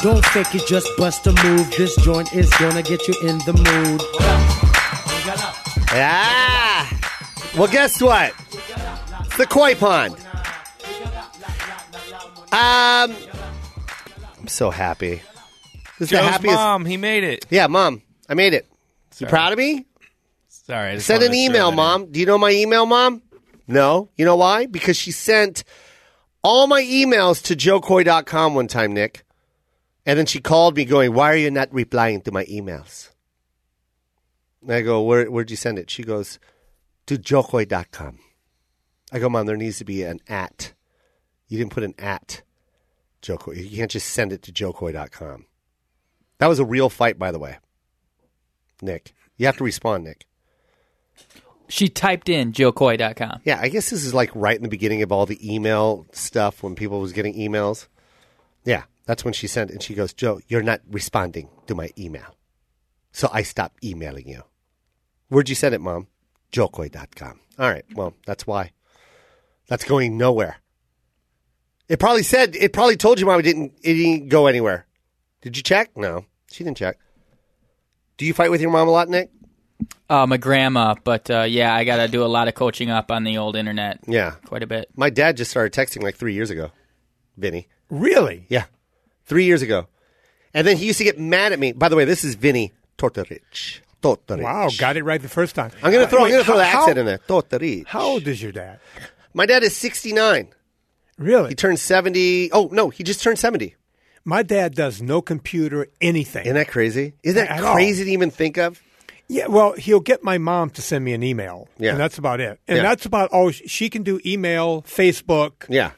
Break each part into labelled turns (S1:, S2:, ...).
S1: Don't fake it, just bust a move. This joint is gonna get you in the mood.
S2: Ah! Well, guess what? It's the koi pond. Um, I'm so happy. This is the
S3: Joe's
S2: happiest.
S3: mom, he made it.
S2: Yeah, mom, I made it. You proud of me?
S3: Sorry. I just
S2: Send
S3: wanted
S2: an
S3: to throw
S2: email,
S3: that
S2: mom. Do you know my email, mom? No. You know why? Because she sent all my emails to joecoy.com one time, Nick. And then she called me going, Why are you not replying to my emails? And I go, Where, Where'd you send it? She goes, To joecoy.com. I go, Mom, there needs to be an at. You didn't put an at joecoy. You can't just send it to joecoy.com. That was a real fight, by the way. Nick. You have to respond, Nick.
S4: She typed in joecoy.com.
S2: Yeah, I guess this is like right in the beginning of all the email stuff when people was getting emails. Yeah, that's when she sent and she goes, "Joe, you're not responding to my email." So I stopped emailing you. Where'd you send it, mom? Joecoy.com. All right. Well, that's why. That's going nowhere. It probably said it probably told you mom it didn't it didn't go anywhere. Did you check? No. She didn't check. Do you fight with your mom a lot, Nick?
S4: Uh, my grandma, but uh, yeah, I got to do a lot of coaching up on the old internet.
S2: Yeah.
S4: Quite a bit.
S2: My dad just started texting like three years ago. Vinny.
S5: Really?
S2: Yeah. Three years ago. And then he used to get mad at me. By the way, this is Vinny Tortorich. Tortorich.
S5: Wow, got it right the first time.
S2: I'm going to
S5: Uh,
S2: throw, I'm
S5: wait,
S2: gonna throw the
S5: how-
S2: accent in there. Tortorich.
S5: How old is your dad?
S2: My dad is 69. He
S5: Really?
S2: turned 70. Oh, no, he just turned 70.
S5: My dad does no computer anything.
S2: Isn't that crazy? Isn't that
S5: At all.
S2: crazy to even think of?
S5: Yeah, well, he'll get my mom to send me an email.
S2: Yeah.
S5: And that's about it. And
S2: Yeah.
S5: that's about all sh- she can do email, Facebook,
S2: Yeah.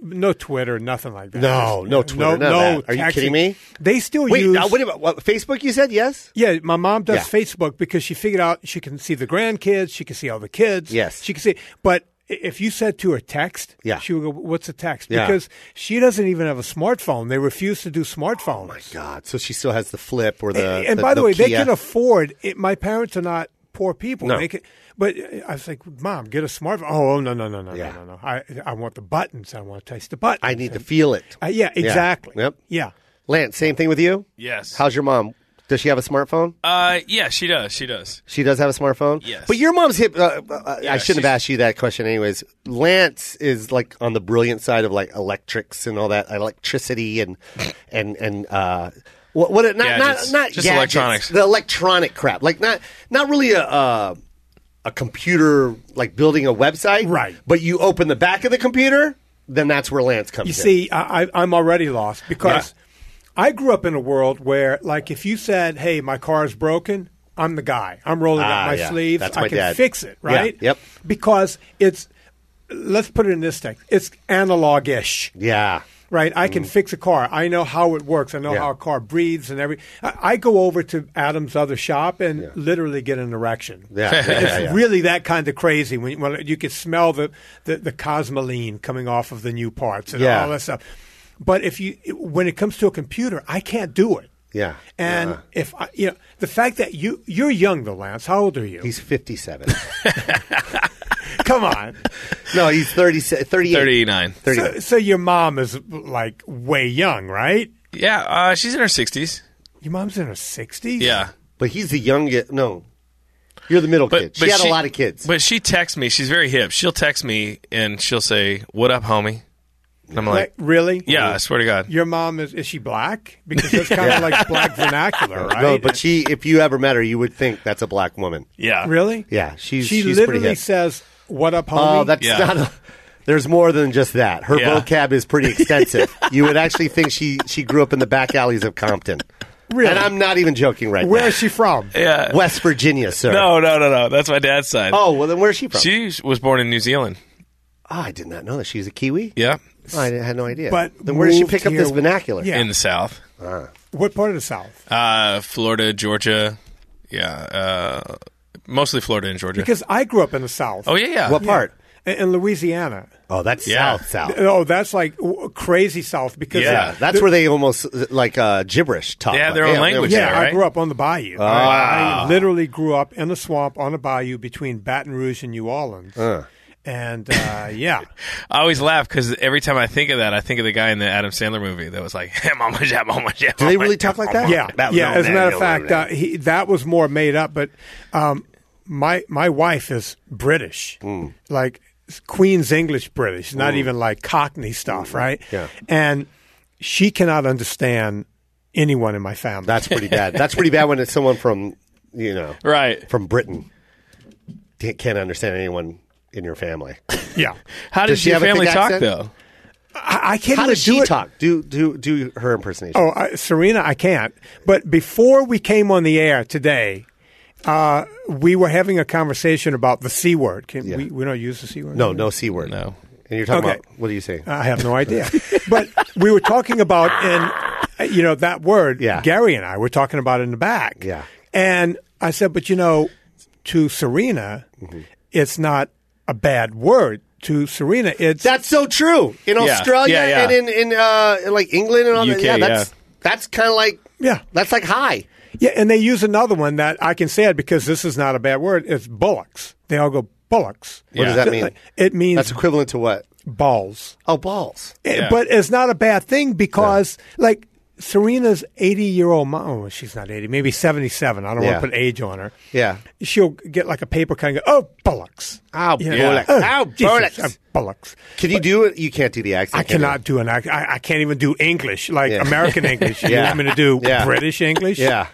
S5: no Twitter, nothing like that.
S2: No, no Twitter, none
S5: no,
S2: of that. Are you
S5: texting.
S2: kidding me?
S5: They still
S2: Wait,
S5: use
S2: now, what about what, Facebook? You said yes?
S5: Yeah, my mom does
S2: Yeah.
S5: Facebook because she figured out she can see the grandkids, she can see all the kids.
S2: Yes.
S5: She can see but i- if you said to her text,
S2: Yeah.
S5: she would go, What's a text?
S2: Yeah.
S5: Because she doesn't even have a smartphone. They refuse to do smartphones.
S2: Oh God. So she still has the flip or the.
S5: and and
S2: the
S5: by the way, they
S2: Nokia.
S5: can afford it. My parents are not poor people.
S2: No.
S5: They can, but uh, I was like, Mom, get a smartphone. Oh, no, no, no, no,
S2: Yeah.
S5: no, no, no. I, I want the buttons. I want to taste the buttons.
S2: I need to
S5: And-
S2: feel it.
S5: Uh, yeah, exactly.
S2: Yep.
S5: Yeah.
S2: Lance, same thing with you?
S3: Yes.
S2: How's your mom? Does she have a smartphone?
S3: Uh, yeah, she does. She does.
S2: She does have a smartphone.
S3: Yes.
S2: but your mom's hip. Uh, uh, I
S3: Yeah,
S2: shouldn't have
S3: she's-
S2: asked you that question, anyways. Lance is like on the brilliant side of like electrics and all that electricity and and and uh, what what it, not
S3: Gadgets.
S2: not not
S3: Just
S2: gadgets,
S3: electronics.
S2: the electronic crap like not not really a. Uh, a computer like building a website,
S5: Right.
S2: But you open the back of the computer, then that's where Lance comes. in.
S5: You see, I, I, I'm already lost because I grew up in a world where, like, if you said, "Hey, my car's broken," I'm the guy. I'm rolling
S2: Ah,
S5: up my
S2: yeah.
S5: sleeves.
S2: That's
S5: I
S2: my
S5: can
S2: dad.
S5: fix it,
S2: Yeah.
S5: right?
S2: Yep.
S5: Because it's let's put it in this thing. It's analog-ish,
S2: yeah,
S5: right? I can fix a car. I know how it works. I know
S2: Mm. Yeah.
S5: how a car breathes and every. I, I go over to Adam's other shop and literally get an erection.
S2: yeah, yeah,
S5: It's
S2: yeah, yeah.
S5: really that kind of crazy when, when you could smell the, the, the cosmoline coming off of the new parts and
S2: Yeah.
S5: all that stuff. But if you, when it comes to a computer, I can't do it.
S2: Yeah. Uh-huh.
S5: And
S2: Yeah.
S5: if I, you know, the fact that you you're young though, Lance. How old are you?
S2: He's fifty-seven.
S5: Come on.
S2: no, he's 30, 38.
S3: 39.
S2: 38.
S5: so, so your mom is like way young, right?
S3: Yeah, uh, she's in her 60s.
S5: Your mom's in her sixties.
S3: Yeah.
S2: But he's the youngest. No, you're the middle kid.
S3: But, but
S2: she had a lot of kids.
S3: But she texts me. She's very hip. She'll text me and she'll say, What up, homie? And I'm like,
S5: really?
S3: Yeah, I swear to God.
S5: Your mom is is she black? Because that's kind of like black vernacular, right?
S2: No, but she. If you ever met her, you would think that's a black woman.
S3: yeah.
S5: really?
S2: Yeah, she's
S5: She
S2: she's pretty
S5: literally
S2: hip.
S5: says, "What up, homie?"
S2: Oh, that's
S3: Yeah.
S2: not. A, there's more than just that. Her
S3: Yeah.
S2: vocab is pretty extensive. you would actually think she she grew up in the back alleys of Compton.
S5: Really?
S2: And I'm not even joking right
S5: Where
S2: now.
S5: is she from?
S3: Yeah.
S2: West Virginia, sir.
S3: No, no, no, no. That's my dad's side.
S2: Oh well, then where's she from?
S3: She was born in New Zealand.
S2: oh, I did not know that she's a Kiwi.
S3: Yeah.
S2: Oh, I had no idea.
S5: But
S2: then where did she
S5: moved
S2: pick up
S5: here-
S2: this vernacular?
S5: Yeah.
S3: In the South.
S5: What part of the South?
S3: Uh, Florida, Georgia. Yeah. Uh, mostly Florida and Georgia.
S5: Because I grew up in the South.
S3: oh, yeah, yeah.
S2: What part?
S5: In, in Louisiana.
S2: Oh, that's
S3: Yeah.
S2: South South.
S5: Oh, that's like w- crazy South because
S3: Yeah.
S2: That's where they almost uh, like uh, gibberish talk.
S3: They have
S2: like,
S3: their own
S2: yeah,
S3: language
S2: yeah.
S5: yeah,
S3: there,
S5: I
S3: right?
S5: grew up on the bayou.
S2: Ah.
S5: I, I literally grew up in a swamp on a bayou between Baton Rouge and New Orleans. And uh, yeah,
S3: I always laugh because every time I think of that, I think of the guy in the Adam Sandler movie that was like, hey, mama, jam, mama, jam,
S2: Do they really talk like that?
S5: yeah,
S2: That was
S5: yeah.
S2: all
S5: As a
S2: that,
S5: matter of
S2: no, no,
S5: fact,
S2: no.
S5: uh, he, that was more made up. But um, my my wife is British,
S2: Hmm.
S5: like Queen's English British, not even like Cockney stuff, right?
S2: Hmm. Yeah.
S5: and she cannot understand anyone in my family.
S2: That's pretty bad. That's pretty bad when it's someone from you know
S3: Right.
S2: from Britain Can't- can't understand anyone in your family.
S5: yeah,
S3: How
S2: Does
S3: does,
S2: she
S3: your
S2: have a
S3: family
S2: thick
S3: talk,
S2: accent?
S3: though?
S5: I, I can't
S2: How
S5: even
S2: does she
S5: do it.
S2: talk? Do do do her impersonation.
S5: Oh, I, Serena, I can't. But before we came on the air today, uh, we were having a conversation about the c word. Can we? We don't use the c word.
S2: No, no c word.
S3: No.
S2: And you're talking
S5: Okay.
S2: about what are you saying?
S5: I have no idea. but we were talking about in uh, you know that word.
S2: Yeah.
S5: Gary and I were talking about in the back.
S2: Yeah.
S5: And I said, but you know, to Serena,
S2: Mm-hmm.
S5: it's not a bad word. To Serena, it's
S2: That's so true. In
S3: Yeah,
S2: Australia
S3: yeah, yeah.
S2: and in in uh, like England and all that.
S3: UK,
S2: Yeah, that's
S3: yeah.
S2: that's kind of like
S5: Yeah.
S2: that's like hi.
S5: yeah. And they use another one that I can say it because this is not a bad word. It's bullocks. They all go bullocks.
S2: What does
S3: Yeah.
S2: that mean?
S5: It means
S2: That's equivalent to what?
S5: balls.
S2: Oh, balls.
S5: Eh,
S3: Yeah.
S5: But it's not a bad thing because, like, Serena's 80 year old mom, oh, she's not 80, maybe 77. I don't
S2: Yeah.
S5: want to put age on her.
S2: Yeah.
S5: She'll get like a paper cut and go, oh, bollocks.
S2: Oh,
S5: You
S2: bollocks. Oh,
S5: Jesus,
S2: bollocks.
S5: oh, bollocks.
S2: Can you do it? You can't do the accent.
S5: I
S2: can you?
S5: cannot do an act. I, I can't even do English, like
S2: Yeah.
S5: American English. You
S2: Yeah.
S5: want me to do
S2: Yeah.
S5: British English?
S2: Yeah.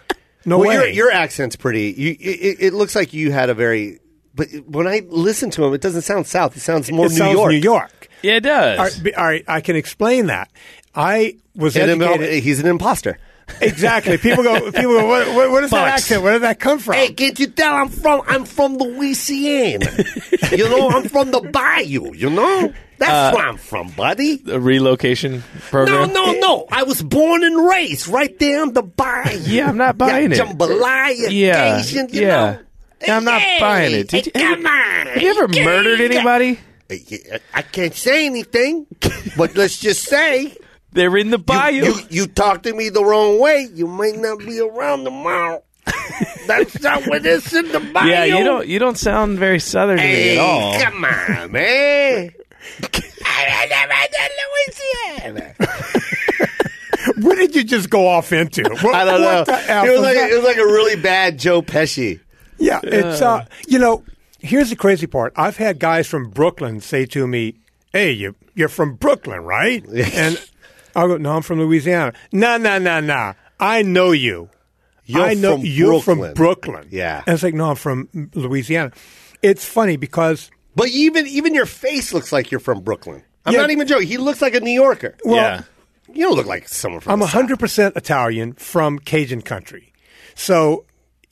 S5: No
S2: well,
S5: way.
S2: Your, your accent's pretty. You, it, it looks like you had a very. But when I listen to him, it doesn't sound South. It sounds more
S5: it
S2: New
S5: sounds
S2: York.
S5: New York.
S3: Yeah, it
S5: All right,
S3: does.
S5: be- all right, I can explain that. I was
S2: And then,
S5: educated.
S2: oh, he's an imposter.
S5: exactly. People go. People go. What, what, what is that
S3: Bollocks.
S5: accent? Where did that come from?
S2: Hey, can't you tell I'm from I'm from Louisiana? you know, I'm from the bayou, you know? That's where I'm from, buddy.
S3: A relocation
S2: No,
S3: program?
S2: no, no. I was born and raised right there on the bayou.
S3: Yeah, I'm not buying it.
S2: yeah, Jambalaya,
S3: Yeah,
S2: Cajun, you
S3: yeah.
S2: know?
S3: Yeah, I'm not
S2: Hey,
S3: buying it. Did
S2: hey,
S3: you-
S2: come on.
S3: Have you ever murdered anybody?
S2: I can't say anything, but let's just say
S3: They're in the bayou.
S2: you, you talk to me the wrong way, you might not be around tomorrow. That's not what it's in the bayou.
S3: yeah, you don't. You don't sound very southern to me
S2: Hey,
S3: at all.
S2: come on, man. I don't know about that Louisiana.
S5: What did you just go off into? What,
S2: I don't know.
S5: what the F
S2: It was
S5: was
S2: like
S5: that?
S2: it was like a really bad Joe Pesci.
S5: yeah, it's uh, you know. Here's the crazy part. I've had guys from Brooklyn say to me, "Hey, you you're from Brooklyn, right?" and I go, "No, I'm from Louisiana." No, no, no, no. I know you.
S2: You're
S5: I know
S2: from
S5: you're
S2: Brooklyn."
S5: from Brooklyn.
S2: Yeah.
S5: and it's like, no, I'm from Louisiana. It's funny because
S2: But even even your face looks like you're from Brooklyn. I'm
S5: Yeah.
S2: not even joking. He looks like a New Yorker.
S5: well,
S3: yeah.
S2: you don't look like someone from.
S5: I'm
S2: the South.
S5: 100 percent Italian from Cajun country, so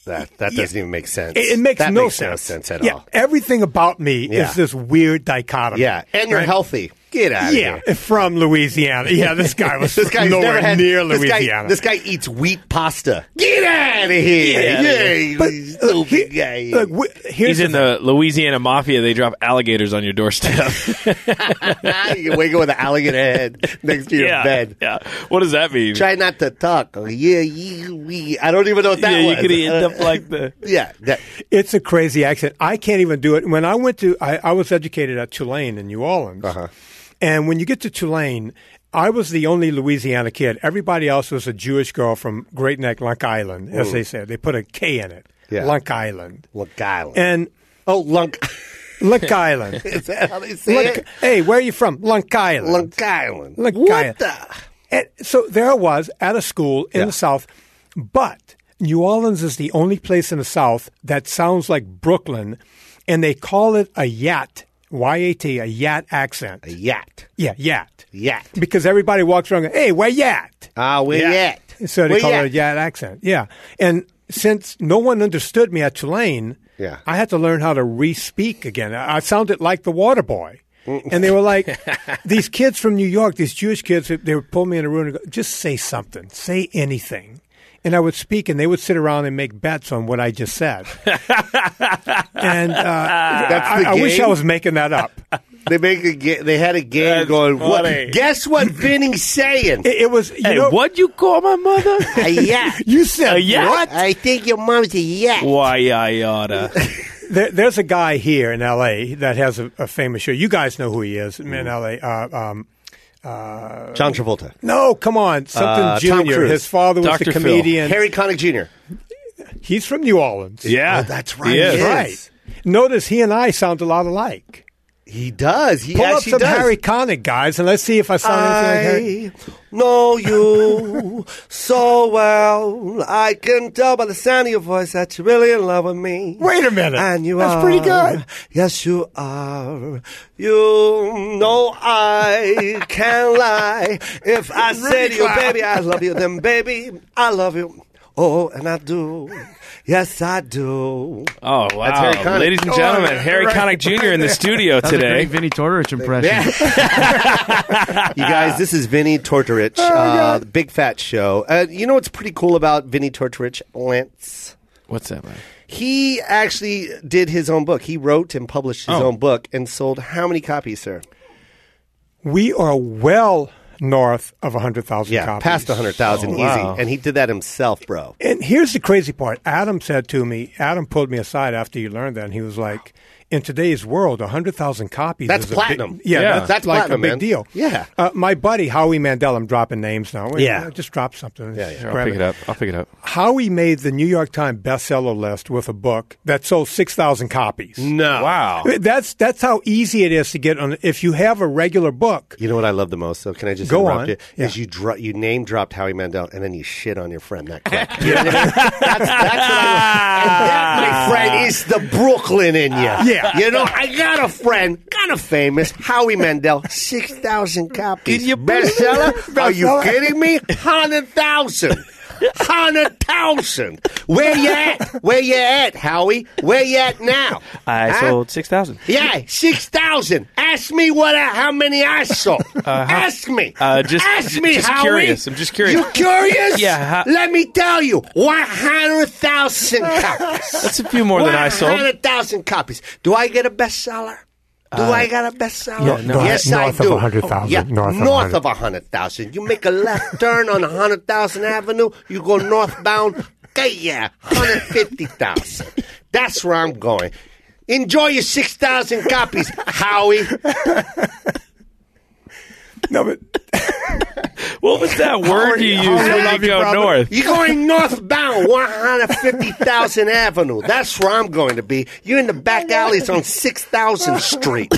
S2: That that doesn't even make sense.
S5: It, it makes,
S2: that
S5: no,
S2: makes
S5: sense.
S2: no sense at
S5: yeah,
S2: all.
S5: Everything about me
S2: Yeah.
S5: is this weird dichotomy.
S2: Yeah, and you're
S5: Right?
S2: healthy. Get out of
S5: Yeah,
S2: here.
S5: from Louisiana. Yeah, this guy was
S2: This guy's
S5: nowhere
S2: never had
S5: near
S2: this guy-
S5: Louisiana.
S2: This guy, eats wheat pasta. Get out of here!
S3: Get outta here.
S2: Yeah,
S5: but
S2: you
S5: look,
S2: stupid
S5: he-
S2: guy.
S5: look, we- here's
S3: He's in
S5: the,
S3: the Louisiana mafia. They drop alligators on your doorstep.
S2: Ah, you wake up with an alligator head next to your
S3: yeah.
S2: bed.
S3: Yeah. What does that mean?
S2: Try not to talk. Oh, yeah, yeah, we. I don't even know what that
S3: yeah, you
S2: was.
S3: could end
S2: Uh,
S3: up like the.
S2: yeah, that,
S5: it's a crazy accent. I can't even do it. When I went to, I, I was educated at Tulane in New Orleans,
S2: Uh-huh.
S5: and when you get to Tulane. I was the only Louisiana kid. Everybody else was a Jewish girl from Great Neck, Lunk Island, as they said. They put a K in it,
S2: Yeah.
S5: Lunk Island.
S2: Lunk Island.
S5: And
S2: oh, Lunk.
S5: Lunk Island.
S2: Is that how they say
S5: Lunk,
S2: it?
S5: hey, where are you from? Lunk Island.
S2: Lunk Island.
S5: Lunk
S2: what
S5: Island.
S2: the?
S5: And so there I was at a school in the South, but New Orleans is the only place in the South that sounds like Brooklyn, and they call it a yacht, Y A T, a yacht accent.
S2: Yacht.
S5: Yeah, yacht.
S2: Yacht.
S5: Because everybody walks around, hey, where yacht?
S2: Ah, where
S3: Yeah.
S2: yet?
S5: So they
S2: Where
S5: call
S2: yet?
S5: it a yacht accent. Yeah. And since no one understood me at Tulane,
S2: Yeah.
S5: I had to learn how to re speak again. I I sounded like the water boy.
S2: Mm.
S5: And they were like, these kids from New York, these Jewish kids, they would pull me in a room and go, just say something, say anything. And I would speak, and they would sit around and make bets on what I just said. and uh, I,
S2: the
S5: I wish I
S2: game?
S5: was making that up. It,
S2: They make a ga- they had a game going.
S3: funny.
S2: What? Guess what Vinny's saying?
S5: it was, you
S3: Hey,
S5: know,
S3: what'd you call my mother?
S2: a yacht.
S5: you said
S2: Uh,
S3: yacht?
S5: what?
S2: I think your mom's a yacht.
S3: Why I oughta.
S5: there, there's a guy here in L.A. that has a, a famous show. You guys know who he is
S2: Mm-hmm.
S5: in L.A. Uh, um,
S2: John Travolta,
S5: no, come on, something
S2: Uh, Tom
S5: Junior.
S2: Cruise.
S5: His father was
S3: Dr.
S5: the
S3: Phil.
S5: comedian.
S2: Harry Connick Jr.
S5: He's from New Orleans.
S3: Yeah,
S2: Oh, that's right.
S3: He
S5: That's
S3: is.
S5: right. Notice he and I sound a lot alike.
S2: He does. He
S5: Pull up
S2: actually
S5: some
S2: does.
S5: Harry Connick guys, and let's see if I sound anything like
S2: I know you so well. I can tell by the sound of your voice that you're really in love with me.
S5: Wait a minute.
S2: And you
S5: That's
S2: are.
S5: pretty good.
S2: Yes, you are. You know I can lie. If I say to you,
S5: Cloud.
S2: baby, I love you, then baby, I love you. Oh, and I do. Yes, I do.
S3: Oh wow,
S2: Harry Connick.
S3: ladies and
S2: Oh,
S3: gentlemen,
S2: right,
S3: Harry
S2: right,
S3: Connick Jr. in the studio
S6: That's a
S3: today.
S6: great Vinnie Tortorich impression.
S2: You guys, this is Vinny Tortorich, uh, the Big Fat Show. Uh, you know what's pretty cool about Vinny Tortorich, Lance?
S3: What's that? Man?
S2: He actually did his own book. He wrote and published his
S3: Oh.
S2: own book and sold how many copies, sir?
S5: that. We are well north of 100,000
S2: Yeah,
S5: copies.
S2: past 100,000 easy.
S3: wow.
S2: And he did that himself, bro.
S5: And here's the crazy part. Adam said to me, Adam pulled me aside after you learned that, and he was like, in today's world, 100,000 copies
S2: That's
S5: is a
S2: platinum.
S5: Big, yeah,
S3: Yeah.
S5: that's,
S2: That's
S5: like
S2: platinum,
S5: a big
S2: man.
S5: deal.
S2: Yeah.
S5: Uh, my buddy, Howie Mandel, I'm dropping names now. Wait,
S2: Yeah.
S5: uh, Just drop something.
S2: Yeah, yeah.
S3: Here, I'll pick it up. I'll pick it up.
S5: Howie made the New York Times bestseller list with a book that sold 6,000 copies.
S2: No.
S3: Wow.
S5: That's that's how easy it is to get on. If you have a regular book,
S2: You know what I love the most, though? Can I just
S5: Go
S2: interrupt
S5: on.
S2: you? Is you, dro- you name dropped Howie Mandel and then you shit on your friend that quick. You know what I mean? That's, that's what I love. And that, my friend, is the Brooklyn in you.
S5: Yeah.
S2: You know, I got a friend, kind of famous, Howie Mandel, 6,000 copies.
S3: Did you-
S2: bestseller? Are you
S5: Bestseller.
S2: kidding me? 100,000. 100,000. Where you at? Where you at, Howie? Where you at now?
S6: I
S2: Huh?
S6: sold 6,000.
S2: Yeah, six thousand. Ask me what I, how many I sold. Ask me.
S3: uh, just-
S2: ask me.
S3: just
S2: Howie.
S3: curious. I'm just curious.
S2: You curious?
S3: Yeah, how-
S2: Let me tell you. One hundred thousand copies.
S3: That's a few more than I
S2: One
S3: sold.
S2: hundred thousand copies. Do I get a bestseller? Do I got a bestseller?
S5: Uh, No, no.
S2: yes,
S5: north
S2: I
S5: of
S2: do.
S5: 100,000,
S2: Yeah,
S5: north of
S2: north of hundred thousand. You make a left turn on hundred thousand Avenue. You go northbound. Okay, yeah, hundred fifty thousand. That's where I'm going. Enjoy your six thousand copies, Howie.
S5: no, but
S3: What was that
S2: Oh,
S3: word you used
S2: Howard,
S3: when
S2: love
S3: you
S2: you,
S3: go
S2: brother.
S3: north?
S2: You're going northbound, 150,000 Avenue. That's where I'm going to be. You're in the back alleys on 6,000 Street.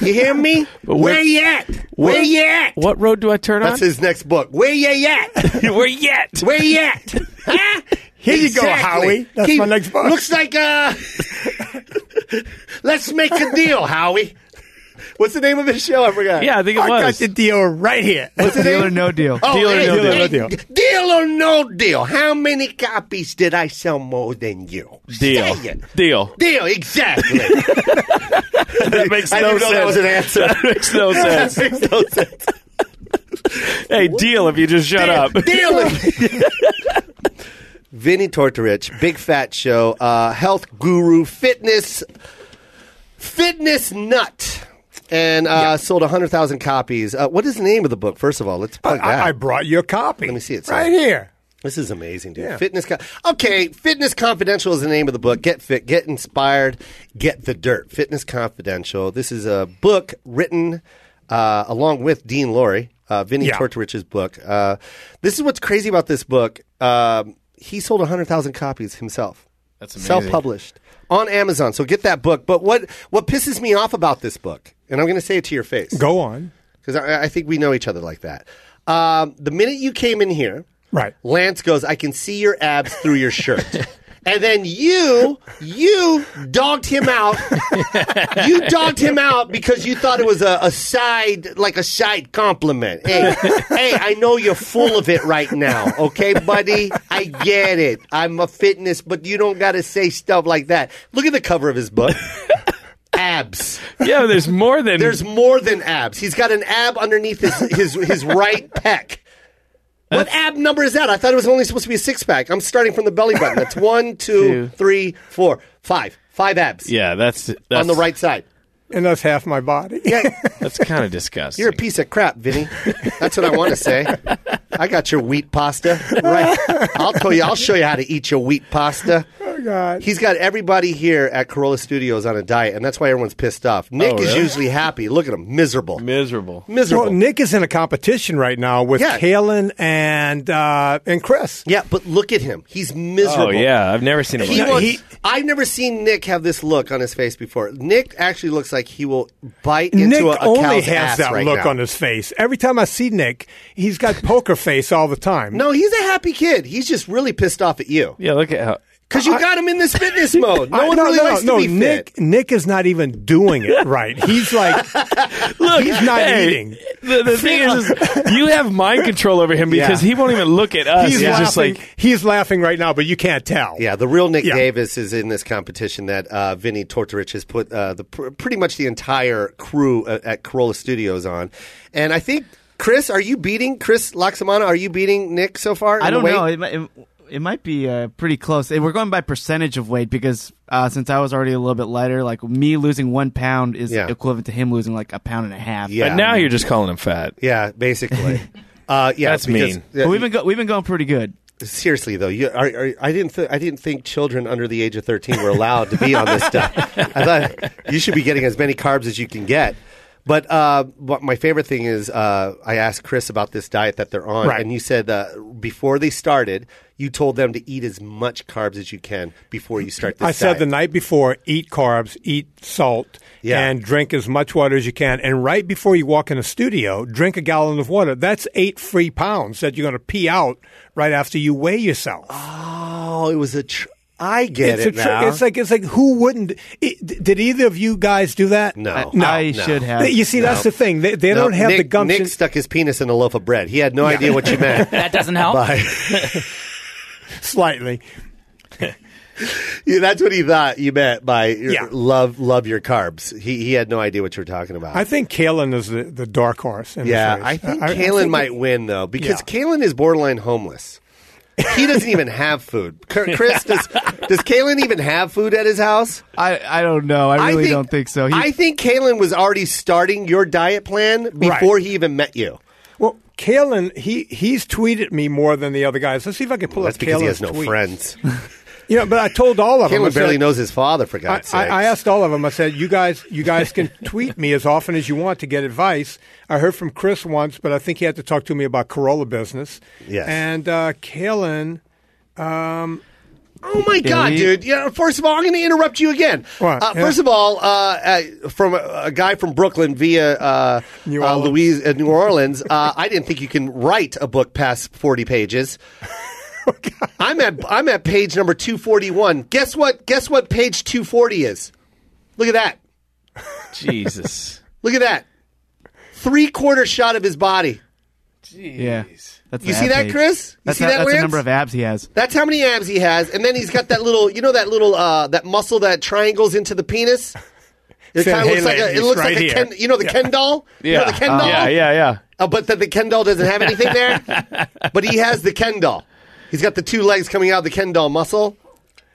S2: You hear me? Where you at? Where you at?
S3: What road do I turn
S2: That's his next book. Where you at?
S3: on? Where yet?
S2: Where you at? Huh?
S5: Here you go, Howie. That's my next book.
S2: Looks like uh Let's make a deal, Howie. What's the name of his show? I forgot.
S3: Yeah, I think it
S5: I got
S3: was.
S5: the deal right here.
S6: Deal or no deal.
S2: Oh,
S3: Deal or
S2: hey,
S3: no
S2: hey,
S5: deal?
S2: d- deal or no deal? How many copies did I sell more than you?
S3: Deal.
S2: Say it.
S3: Deal.
S2: Deal, exactly.
S3: That makes
S2: I
S3: no
S2: didn't
S3: sense.
S2: know that was an answer.
S3: That makes no sense.
S2: Makes no sense.
S3: hey, deal if you just shut up.
S2: Deal. Vinny Tortorich, Big Fat Show, uh, health guru, fitness, fitness nut, and uh, sold 100,000 copies. Uh, what is the name of the book, first of all? Let's plug that.
S5: I, I brought you a copy.
S2: me see it, sir.
S5: Right here.
S2: This is amazing, dude.
S5: Yeah.
S2: Fitness. Co- okay, Fitness Confidential is the name of the book. Get fit, get inspired, get the dirt. Fitness Confidential. This is a book written uh, along with Dean Laurie, uh, Vinny
S5: Yeah.
S2: Tortorich's book. Uh, this is what's crazy about this book. Um he sold 100,000 copies himself. That's
S3: amazing.
S2: Self-published on Amazon. So get that book. But what what pisses me off about this book, and I'm going to say it to your face,
S5: Go on.
S2: because I, I think we know each other like that. Um, the minute you came in here,
S5: Right.
S2: Lance goes, I can see your abs through your shirt. And then you, you dogged him out. you dogged him out because you thought it was a, a side, like a side compliment. Hey, hey, I know you're full of it right now. Okay, buddy? I get it. I'm a fitness, but you don't got to say stuff like that. Look at the cover of his book. abs.
S3: yeah, there's more than
S2: There's more than abs. He's got an ab underneath his his, his right pec. What ab number is that? I thought it was only supposed to be a six pack. I'm starting from the belly button. That's one, two,
S6: Two.
S2: three, four, five. Five abs
S3: Yeah, that's, that's
S2: on the right side.
S5: And that's half my body. Yeah.
S3: That's kind of disgusting.
S2: You're a piece of crap, Vinny. That's what I want to say. I got your wheat pasta. Right. I'll tell you, I'll show you how to eat your wheat pasta.
S5: my Oh, God.
S2: He's got everybody here at Corolla Studios on a diet, and that's why everyone's pissed off. Nick is
S3: Oh, really?
S2: usually happy. Look at him, miserable,
S3: Miserable.
S2: miserable.
S5: Well, Nick is in a competition right now with
S2: Yeah.
S5: Kalen and uh, and Chris.
S2: yeah, but look at him. He's miserable.
S3: Oh yeah, I've never seen him.
S2: He
S3: like
S2: wants,
S3: that.
S2: I've never seen Nick have this look on his face before. Nick actually looks like he will bite into
S5: Nick
S2: a, a
S5: only
S2: cow's
S5: has
S2: ass
S5: that
S2: right
S5: look
S2: now.
S5: on his face. Every time I see Nick, he's got poker face all the time.
S2: No, he's a happy kid. He's just really pissed off at you
S3: yeah, look at how.
S2: because you got him in this fitness mode. No
S5: I-
S2: one
S5: no,
S2: really
S5: no,
S2: likes
S5: no,
S2: to be
S5: Nick,
S2: fit.
S5: Nick is not even doing it right. He's like,
S3: Look,
S5: he's not
S3: hey,
S5: eating.
S3: The, the thing is, is you have mind control over him because
S2: Yeah.
S3: he won't even look at us.
S5: He's
S3: He's,
S5: laughing.
S3: just like,
S5: he's laughing right now, but you can't tell.
S2: Yeah, the real Nick
S5: Yeah.
S2: Davis is in this competition that uh, Vinny Tortorich has put uh, the pr- pretty much the entire crew at, at Corolla Studios on, and I think Chris, are you beating Chris Laxamana? Are you beating Nick so far? in
S6: I
S2: the
S6: don't
S2: weight?
S6: know. It, mi- it, it might be uh, pretty close. And We're going by percentage of weight because uh, since I was already a little bit lighter, like me losing one pound is
S2: Yeah.
S6: equivalent to him losing like a pound and a half.
S2: Yeah.
S3: but now you're just calling him fat.
S2: Yeah, basically. Uh, yeah,
S3: That's
S2: because-
S3: mean.
S2: yeah,
S6: But we've been go- we've been going pretty good.
S2: seriously though, you, are, are, I didn't th- I didn't think children under the age of thirteen were allowed to be on this stuff. I thought you should be getting as many carbs as you can get. But uh, what my favorite thing is, uh, I asked Chris about this diet that they're on,
S5: Right.
S2: and you said uh, before they started, you told them to eat as much carbs as you can before you start this.
S5: I said the
S2: diet.
S5: night before, eat carbs, eat salt,
S2: Yeah.
S5: and drink as much water as you can. And right before you walk in the studio, drink a gallon of water. That's eight free pounds that you're going to pee out right after you weigh yourself.
S2: oh, it was a. Tr- I get
S5: it's,
S2: it
S5: a tr-
S2: now.
S5: it's like it's like who wouldn't? It, d- did either of you guys do that? Uh,
S2: No.
S6: I,
S5: no.
S6: I should have.
S5: You see, that's the thing. They, they
S2: No,
S5: don't have
S2: Nick,
S5: the gumption.
S2: Nick stuck his penis in a loaf of bread. He had no idea what you meant.
S4: That doesn't help.
S2: Bye.
S5: slightly.
S2: Yeah, that's what he thought you meant by your-
S5: Yeah.
S2: love love your carbs. He he had no idea what you were talking about.
S5: I think Kalen is the, the dark horse. In this
S2: yeah,
S5: race.
S2: I think Kalen
S5: think-
S2: might win though because
S5: Yeah.
S2: Kalen is borderline homeless. He doesn't even have food. Cur- Chris, does does Kalen even have food at his house?
S6: I, I don't know. I really don't think so. He,
S2: I think Kalen was already starting your diet plan before he even met you.
S5: Well, Kalen, he he's tweeted me more than the other guys. Let's see if I can pull
S2: That's
S5: up
S2: because he
S5: Kalen's
S2: has no
S5: tweets.
S2: friends.
S5: You know, but I told all of them. I
S2: Kalen
S5: said-
S2: barely knows his father. For
S5: I,
S2: God's
S5: I,
S2: sake,
S5: I asked all of them. I said, "You guys, you guys can tweet me as often as you want to get advice." I heard from Chris once, but I think he had to talk to me about Corolla business.
S2: Yes.
S5: And uh, Kalen,
S2: Oh my god,
S6: we-
S2: dude! Yeah, first of all, I'm going to interrupt you again.
S5: What?
S2: Uh,
S5: Yeah.
S2: First of all, uh, uh, from a, a guy from Brooklyn via uh,
S5: New
S2: uh,
S5: Orleans.
S2: Louise uh, New Orleans, uh, I didn't think you can write a book past 40 pages.
S5: Oh
S2: I'm at I'm at page number 241. Guess what? Guess what? Page 240 is. Look at that.
S3: Jesus.
S2: Look at that. Three quarter shot of his body.
S6: yeah. That's
S2: You
S6: the
S2: see
S6: ab
S2: that,
S6: page.
S2: Chris? You
S6: that's
S2: see
S6: a-
S2: that,
S6: that's the
S2: Lance?
S6: number of abs he has.
S2: That's how many abs he has, and then he's got that little, you know, that little uh, that muscle that triangles into the penis. It
S5: Sam
S2: kind of looks like a,
S5: Haley,
S2: it looks
S5: right
S2: like a
S5: here.
S2: Ken, you know, the Ken doll. You know
S3: Yeah.
S2: the Ken doll.
S3: yeah, yeah, yeah.
S2: Uh, but the, the Ken doll doesn't have anything there, but he has the Ken doll. He's got the two legs coming out of the Ken doll muscle.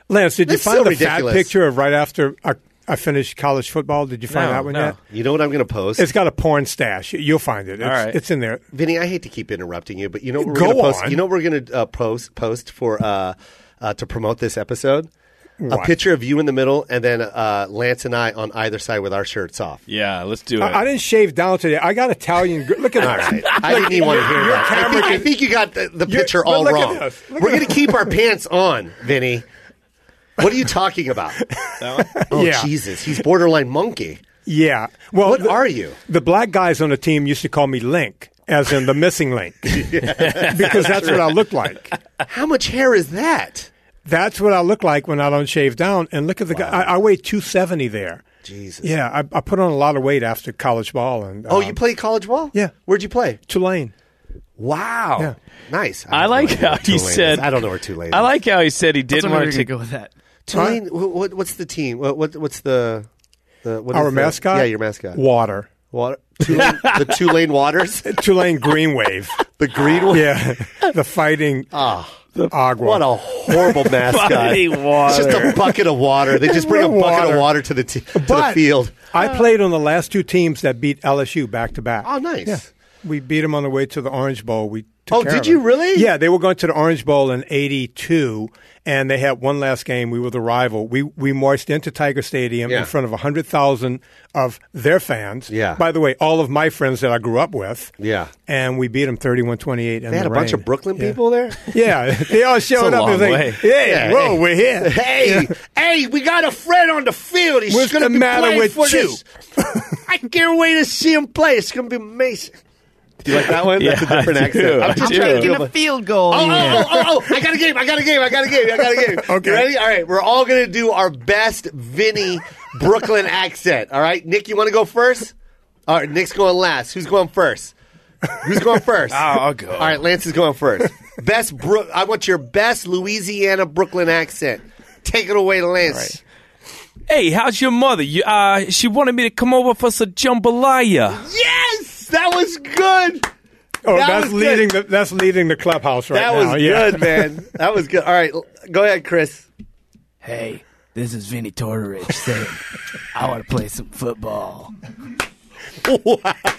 S5: Lance, did you
S2: That's
S5: find
S2: so
S5: the
S2: ridiculous.
S5: fat picture of right after I, I finished college football? Did you find
S3: No,
S5: that one
S3: no.
S5: yet?
S2: You know what I'm going to post,
S5: It's got a porn stash. You'll find it. It's,
S3: All right.
S5: it's in there.
S2: Vinny? I hate to keep interrupting you, but you know what we're
S5: Go
S2: going to post.
S5: on.
S2: You know what we're going to uh, post post for uh, uh, to promote this episode. A
S5: What?
S2: picture of you in the middle, and then uh, Lance and I on either side with our shirts off.
S3: Yeah, let's do it.
S5: I, I didn't shave down today. I got Italian. gr- Look at
S2: All
S5: that.
S2: right. I didn't even want to hear
S5: your
S2: that. I
S5: camera
S2: think, I
S5: can-
S2: think you got the, the
S5: Your-
S2: picture
S5: but
S2: all
S5: look at
S2: wrong.
S5: this. Look
S2: We're
S5: at
S2: going to keep our pants on, Vinny. What are you talking about? Oh,
S5: Yeah.
S2: Jesus. He's borderline monkey.
S5: Yeah. Well,
S2: What are you?
S5: The black guys on the team used to call me Link, as in the missing link, because that's what I look like.
S2: How much hair is that?
S5: That's what I look like when I don't shave down. And look at the guy. I, I weigh two seventy there.
S2: Jesus.
S5: Yeah, I, I put on a lot of weight after college ball. And
S2: Oh,
S5: um,
S2: you play college ball?
S5: yeah.
S2: Where'd you play?
S5: Tulane.
S2: Wow.
S5: Yeah.
S2: Nice.
S3: I
S2: have no
S3: like
S2: idea
S3: how
S2: where
S3: he
S2: Tulane is.
S3: said-
S2: I don't know where Tulane is.
S3: I like how he said he
S6: That's
S3: didn't
S6: where
S3: want
S6: we're
S3: to
S6: gonna go with that.
S2: Tulane. wh- What, what's the team? What, what, what's the. the what
S5: Our
S2: is the-
S5: mascot.
S2: Yeah, your mascot.
S5: Water.
S2: Water. Tulane, the Tulane Waters.
S5: Tulane Green Wave.
S2: The green one.
S5: Yeah, the fighting agua.
S2: Ah, What a horrible mascot.
S3: Body water.
S2: It's just a bucket of water. They just bring a bucket of
S5: Water.
S2: water to the, t- to the
S5: But
S2: field.
S5: I played on the last two teams that beat LSU back to back.
S2: Oh. Oh, nice.
S5: we beat them on the way to the Orange Bowl. We took
S2: Oh,
S5: care
S2: did
S5: of
S2: you
S5: them.
S2: really?
S5: Yeah, they were going to the Orange Bowl in '82, and they had one last game. We were the rival. We we marched into Tiger Stadium
S2: Yeah.
S5: in front of hundred thousand of their fans.
S2: Yeah.
S5: By the way, all of my friends that I grew up with.
S2: Yeah.
S5: And we beat them 31-28.
S2: They had a bunch of Brooklyn people there.
S5: Yeah, they all showed
S3: a
S5: up. It was
S3: long
S5: like,
S3: way.
S5: hey,
S2: Yeah,
S5: whoa,
S2: hey.
S5: we're here.
S2: Hey, hey, we got a friend on the field. He's
S5: What's
S2: gonna
S5: the
S2: be
S5: matter
S2: playing
S5: with
S2: for
S5: you?
S2: this. I can't wait to see him play. It's gonna be amazing. Do you like that one? That's a
S3: Yeah,
S2: different
S3: I
S2: accent.
S3: do.
S2: I'm
S3: I
S2: just
S3: do.
S2: trying to do
S6: Kicking
S2: a
S6: a field goal.
S2: Oh,
S6: yeah.
S2: oh, oh, oh, oh, I got a game. I got a game. I got a game. I got a game.
S5: Okay.
S2: You ready? All right. We're all going to do our best Vinny Brooklyn accent. All right. Nick, you want to go first? All right. Nick's going last. Who's going first? Who's going first?
S3: I'll go.
S2: All right. Lance is going first. Best Bro- I want your best Louisiana Brooklyn accent. Take it away, Lance.
S3: Hey, how's your mother? You, uh, she wanted me to come over for some jambalaya.
S2: Yes. That was good.
S5: Oh,
S2: That
S5: that's
S2: was good.
S5: leading. The, that's leading the clubhouse right
S2: That
S5: now.
S2: was
S5: yeah.
S2: good, man. That was good. All right. l- Go ahead, Chris.
S6: Hey, this is Vinny Tortorich saying, I want to play some football.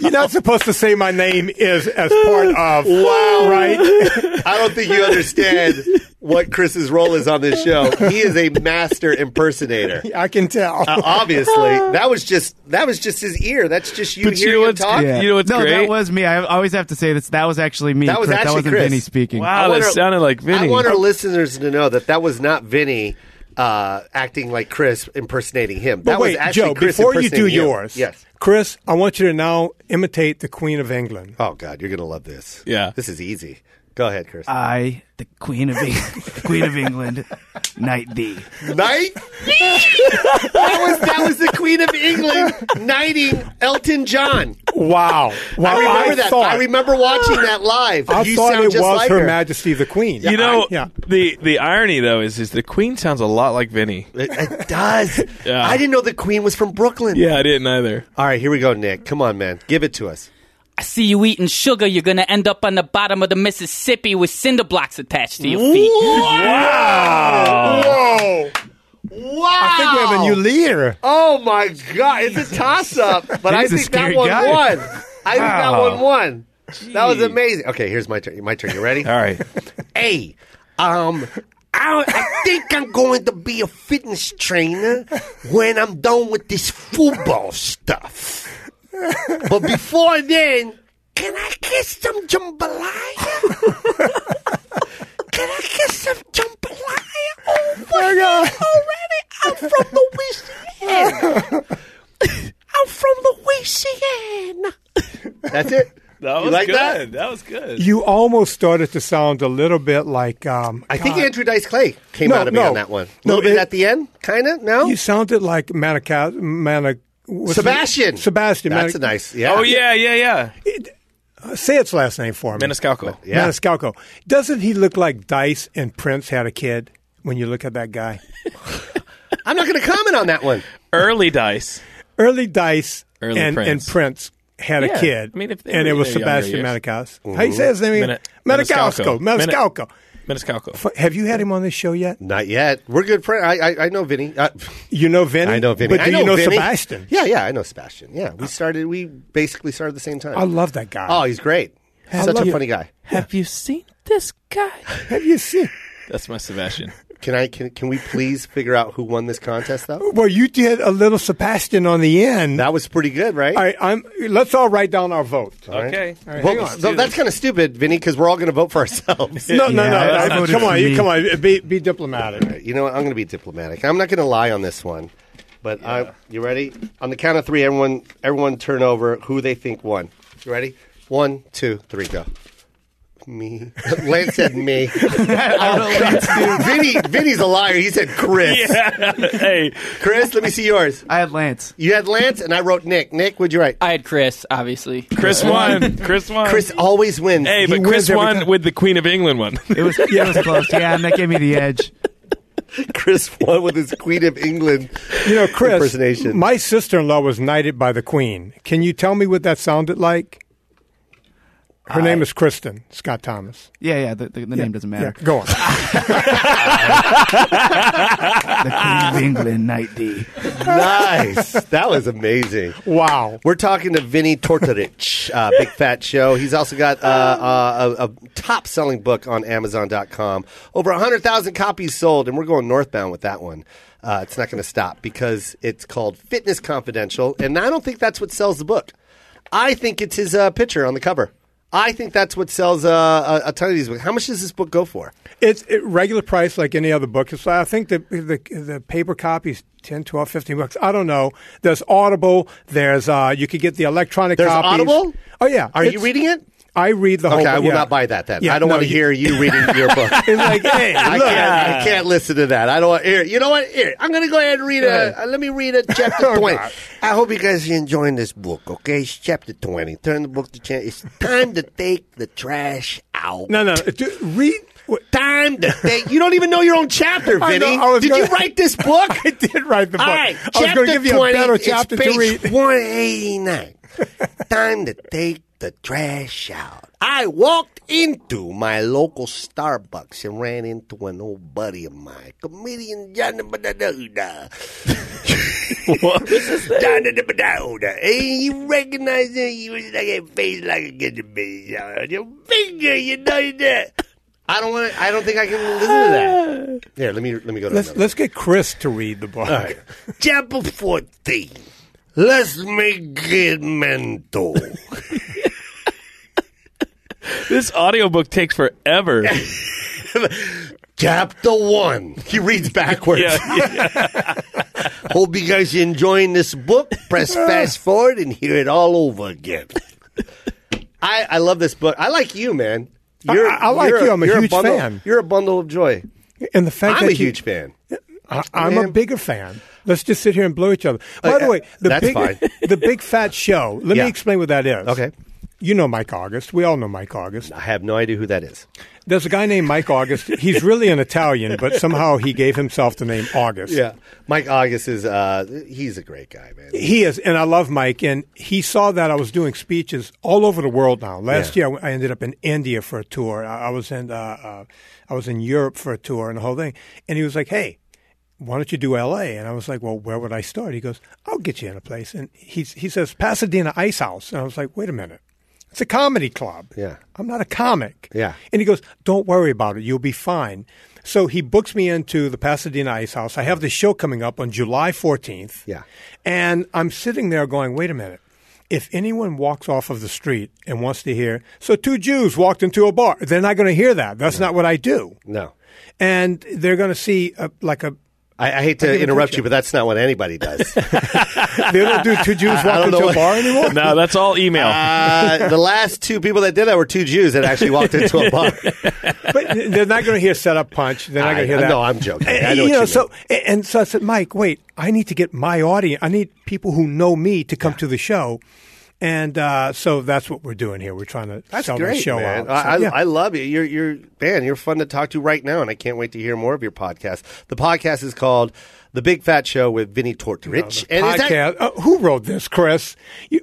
S5: You're not supposed to say my name is as part of.
S2: Wow.
S5: Right?
S2: I don't think you understand what Chris's role is on this show. He is a master impersonator.
S5: I can tell.
S2: Uh, obviously, that was just that was just his ear. That's just you
S3: But you
S2: hearing
S3: know
S2: him
S3: what's-
S2: talk.
S3: yeah. You know what's
S6: no,
S3: great?
S6: that was me. I always have to say this. That was actually me.
S2: That was
S6: Chris.
S2: actually
S6: that wasn't
S2: Chris.
S6: Vinny speaking.
S3: Wow,
S2: want
S3: that
S2: our-
S3: sounded like
S2: I
S3: Vinny.
S2: want our listeners to know that that was not Vinny uh, acting like Chris impersonating him.
S5: But
S2: that
S5: wait,
S2: was actually
S5: Joe,
S2: Chris
S5: before you do
S2: impersonating him.
S5: yours,
S2: Yes.
S5: Chris, I want you to now imitate the Queen of England.
S2: Oh God, you're gonna love this.
S3: Yeah.
S2: this is easy. Go ahead, Chris.
S6: I, the Queen of England, Queen of England, knight thee.
S2: Knight. that was that was the Queen of England knighting Elton John.
S5: Wow. wow.
S2: I remember that.
S5: Thought,
S2: I remember watching that live.
S5: I
S2: you
S5: thought
S2: sound
S5: it was
S2: just like
S5: Her
S2: her.
S5: Majesty the Queen.
S3: You know,
S5: yeah.
S3: the the irony though is is the Queen sounds a lot like Vinny.
S2: It, it does.
S3: Yeah.
S2: I didn't know the Queen was from Brooklyn.
S3: Yeah, I didn't either.
S2: All right, here we go, Nick. Come on, man. Give it to us.
S4: I see you eating sugar. You're gonna end up on the bottom of the Mississippi with cinder blocks attached to your feet.
S5: Whoa.
S2: Wow.
S5: I think we have a new leader.
S2: Oh, my God. It's a toss up, but I
S6: He's a
S2: think that
S6: scary
S2: one
S6: guy.
S2: won. I think that one won. That was amazing. Okay, here's my turn. My turn. You ready?
S3: All right.
S2: hey, um, I, I think I'm going to be a fitness trainer when I'm done with this football stuff. But before then, can I get some jambalaya? can I get some jambalaya? Oh, my God. already? I'm from Louisiana. I'm from Louisiana. That's it.
S3: That was
S2: like
S3: good.
S2: that?
S3: That? was good.
S5: You almost started to sound a little bit like. Um,
S2: I think Andrew Dice Clay came
S5: No,
S2: out of me
S5: no.
S2: on that one. A
S5: No,
S2: little bit
S5: it-
S2: at the end, kind of. No,
S5: You sounded like Manica. Manica
S2: Sebastian.
S5: Sebastian.
S2: That's a
S5: Manic-
S2: nice. Yeah.
S3: oh yeah, yeah, yeah.
S5: Say its last name for me.
S3: Maniscalco.
S2: Yeah.
S5: Maniscalco. Doesn't he look like Dice and Prince had a kid when you look at that guy?
S2: I'm not going to comment on that one.
S3: Early dice.
S5: Early Dice
S3: Early
S5: and,
S3: Prince.
S5: and Prince had
S3: Yeah.
S5: a kid.
S3: I mean, if they
S5: and
S3: were
S5: it was
S3: in their younger
S5: Sebastian
S3: years.
S5: Maniscalco.
S2: Mm-hmm.
S5: How you say his name? again?
S3: Mani- Maniscalco.
S5: Maniscalco.
S3: Mani-
S5: Maniscalco.
S3: Maniscalco.
S5: F- Have you had him on this show yet?
S2: Not yet. We're good friends. I, I I know Vinny. Uh,
S5: You know Vinny?
S2: I know Vinny.
S5: But do
S2: I know
S5: you know
S2: Vinny.
S5: Sebastian?
S2: Yeah, yeah. I know Sebastian. Yeah, we started. We basically started at the same time.
S5: I love that guy.
S2: oh, he's great. Such a
S5: love-
S2: funny guy.
S3: Have you seen this guy?
S2: Oh,
S5: Have you seen?
S3: That's my Sebastian.
S2: Can I? Can Can we please figure out who won this contest though?
S5: Well, you did a little Sebastian on the end.
S2: That was pretty good, right?
S5: all right, I'm, let's all write down our vote.
S3: Okay.
S5: Hang
S2: Well,
S5: on.
S2: so that's kind of stupid, Vinny, because we're all going to vote for ourselves.
S5: No, no,
S6: Yeah,
S5: no,
S6: that's
S5: no.
S6: not
S5: Come
S6: true.
S5: on, you, come on. Be, be diplomatic.
S2: You know what? I'm going to be diplomatic. I'm not going to lie on this one. But I, you ready? On the count of three, everyone, everyone, turn over who they think won. You ready? One, two, three, go. Me. Lance said me. oh, Vinny, Vinny's a liar. He said Chris.
S3: hey,
S2: Chris, let me see yours.
S6: I had Lance.
S2: You had Lance, and I wrote Nick. Nick, what'd you write?
S4: I had Chris, obviously.
S3: Chris won. Chris won.
S2: Chris always wins.
S3: Hey,
S2: He
S3: but
S2: wins
S3: Chris
S2: every
S3: won
S2: time.
S3: with the Queen of England one.
S6: It was, it was close. Yeah, and that gave me the edge.
S2: Chris won with his Queen of England.
S5: You know, Chris,
S2: Impersonation.
S5: my sister in law was knighted by the Queen. Can you tell me what that sounded like? Her name is Kristen Scott Thomas.
S6: Yeah, yeah. The, the, the name doesn't
S5: Yeah,
S6: matter.
S5: go on.
S6: The Queen of England, Knight D.
S2: nice. That was amazing.
S5: wow.
S2: We're talking to Vinny Tortorich, uh, Big Fat Show. He's also got uh, uh, a, a top selling book on Amazon.com. Over 100,000 copies sold, and we're going northbound with that one. Uh, it's not going to stop because it's called Fitness Confidential, and I don't think that's what sells the book. I think it's his uh, picture on the cover. I think that's what sells uh, a, a ton of these books. How much does this book go for?
S5: It's it, regular price like any other book. It's, I think the, the the paper copies 10, 12, 15 bucks. I don't know. There's Audible. There's uh, you could get the electronic
S2: There's
S5: copies.
S2: Audible?
S5: Oh yeah.
S2: Are you
S5: It's-
S2: reading it?
S5: I read the whole.
S2: Okay, I
S5: book,
S2: will
S5: yeah.
S2: not buy that then.
S5: Yeah,
S2: I don't
S5: no,
S2: want to
S5: you-
S2: hear you reading your book.
S5: It's like hey,
S2: I
S5: look,
S2: can't, I can't listen to that. I don't. Here, you know what? Here, I'm going to go ahead and read a. uh, let me read a chapter twenty. I hope you guys are enjoying this book. Okay, it's chapter twenty. Turn the book to chapter. It's time to take the trash out.
S5: no, no. Do, read. What,
S2: Time to take. You don't even know your own chapter,
S5: I know,
S2: Vinny.
S5: I was
S2: Did
S5: gonna-
S2: you write this book?
S5: I did write the book.
S2: All right,
S5: I was
S2: chapter
S5: going to give you
S2: 20,
S5: a better
S2: it's
S5: chapter
S2: page
S5: to read.
S2: 189. Time to take the trash out. I walked into my local Starbucks and ran into an old buddy of mine, comedian Johnny Badauda. Johnny Badauda. And you recognize him? He was like a face like a good bitch. Uh, Your finger, you know that. I don't want. I don't think I can listen to that. Here, let me let me go to
S5: Let's
S2: another.
S5: let's get Chris to read the book.
S2: Chapter 14. Let's make it mental.
S3: This audiobook takes forever.
S2: Chapter 1. He reads backwards. Hope you guys are enjoying this book. Press
S5: Ah.
S2: fast forward and hear it all over again. I, I love this book. I like you, man. You're,
S5: I- I like
S2: you're
S5: you. I'm a
S2: you're
S5: huge
S2: bundle-
S5: fan.
S2: You're a bundle of joy.
S5: And the fact
S2: I'm
S5: that
S2: a
S5: you-
S2: huge fan.
S5: I, I'm
S2: Man.
S5: a bigger fan. Let's just sit here and blow each other. By the way, the
S2: uh, that's
S5: big,
S2: fine.
S5: the big fat show. Let
S2: Yeah.
S5: me explain what that is.
S2: Okay.
S5: You know Mike August. We all know Mike August.
S2: I have no idea who that is.
S5: There's a guy named Mike August. He's really an Italian, but somehow he gave himself the name August.
S2: Mike August is, uh, he's a great guy, man.
S5: He is, and I love Mike. And he saw that I was doing speeches all over the world now. Last
S2: Yeah.
S5: year, I ended up in India for a tour. I, I was in, uh, uh, I was in Europe for a tour and the whole thing. And he was like, "Hey, why don't you do L.A.?" And I was like, "Well, where would I start?" He goes, "I'll get you in a place." And he he says, "Pasadena Ice House." And I was like, "Wait a minute." It's a comedy club.
S2: Yeah.
S5: I'm not a comic.
S2: Yeah.
S5: And he goes, Don't worry about it. You'll be fine. So he books me into the Pasadena Ice House. I have the show coming up on July 14th.
S2: Yeah.
S5: And I'm sitting there going, Wait a minute. If anyone walks off of the street and wants to hear, so two Jews walked into a bar, they're not going to hear that. That's not what I do.
S2: No.
S5: And they're going to see a, like a,
S2: I, I hate to
S5: give a
S2: interrupt
S5: picture.
S2: you, but that's not what anybody does.
S5: they don't do two Jews
S2: I
S5: walk
S2: don't know
S5: into a
S2: what-
S5: bar anymore.
S3: no, that's all email.
S2: uh, the last two people that did that were two Jews that actually walked into a bar.
S5: But they're not going to hear set up punch. They're not going to hear
S2: I-
S5: that.
S2: no, I'm joking. I know
S5: you
S2: what
S5: know,
S2: you
S5: so a- and so I said, Mike, wait, I need to get my audience. I need people who know me to come to the show, and uh, so that's what we're doing here. We're trying to sell the show
S2: man.
S5: out. So,
S2: I, I,
S5: yeah.
S2: I love you. You're, you're, man, you're fun to talk to right now, and I can't wait to hear more of your podcast. The podcast is called The Big Fat Show with Vinny Tortorich. and is that-
S5: podcast. uh, who wrote this, Chris? You,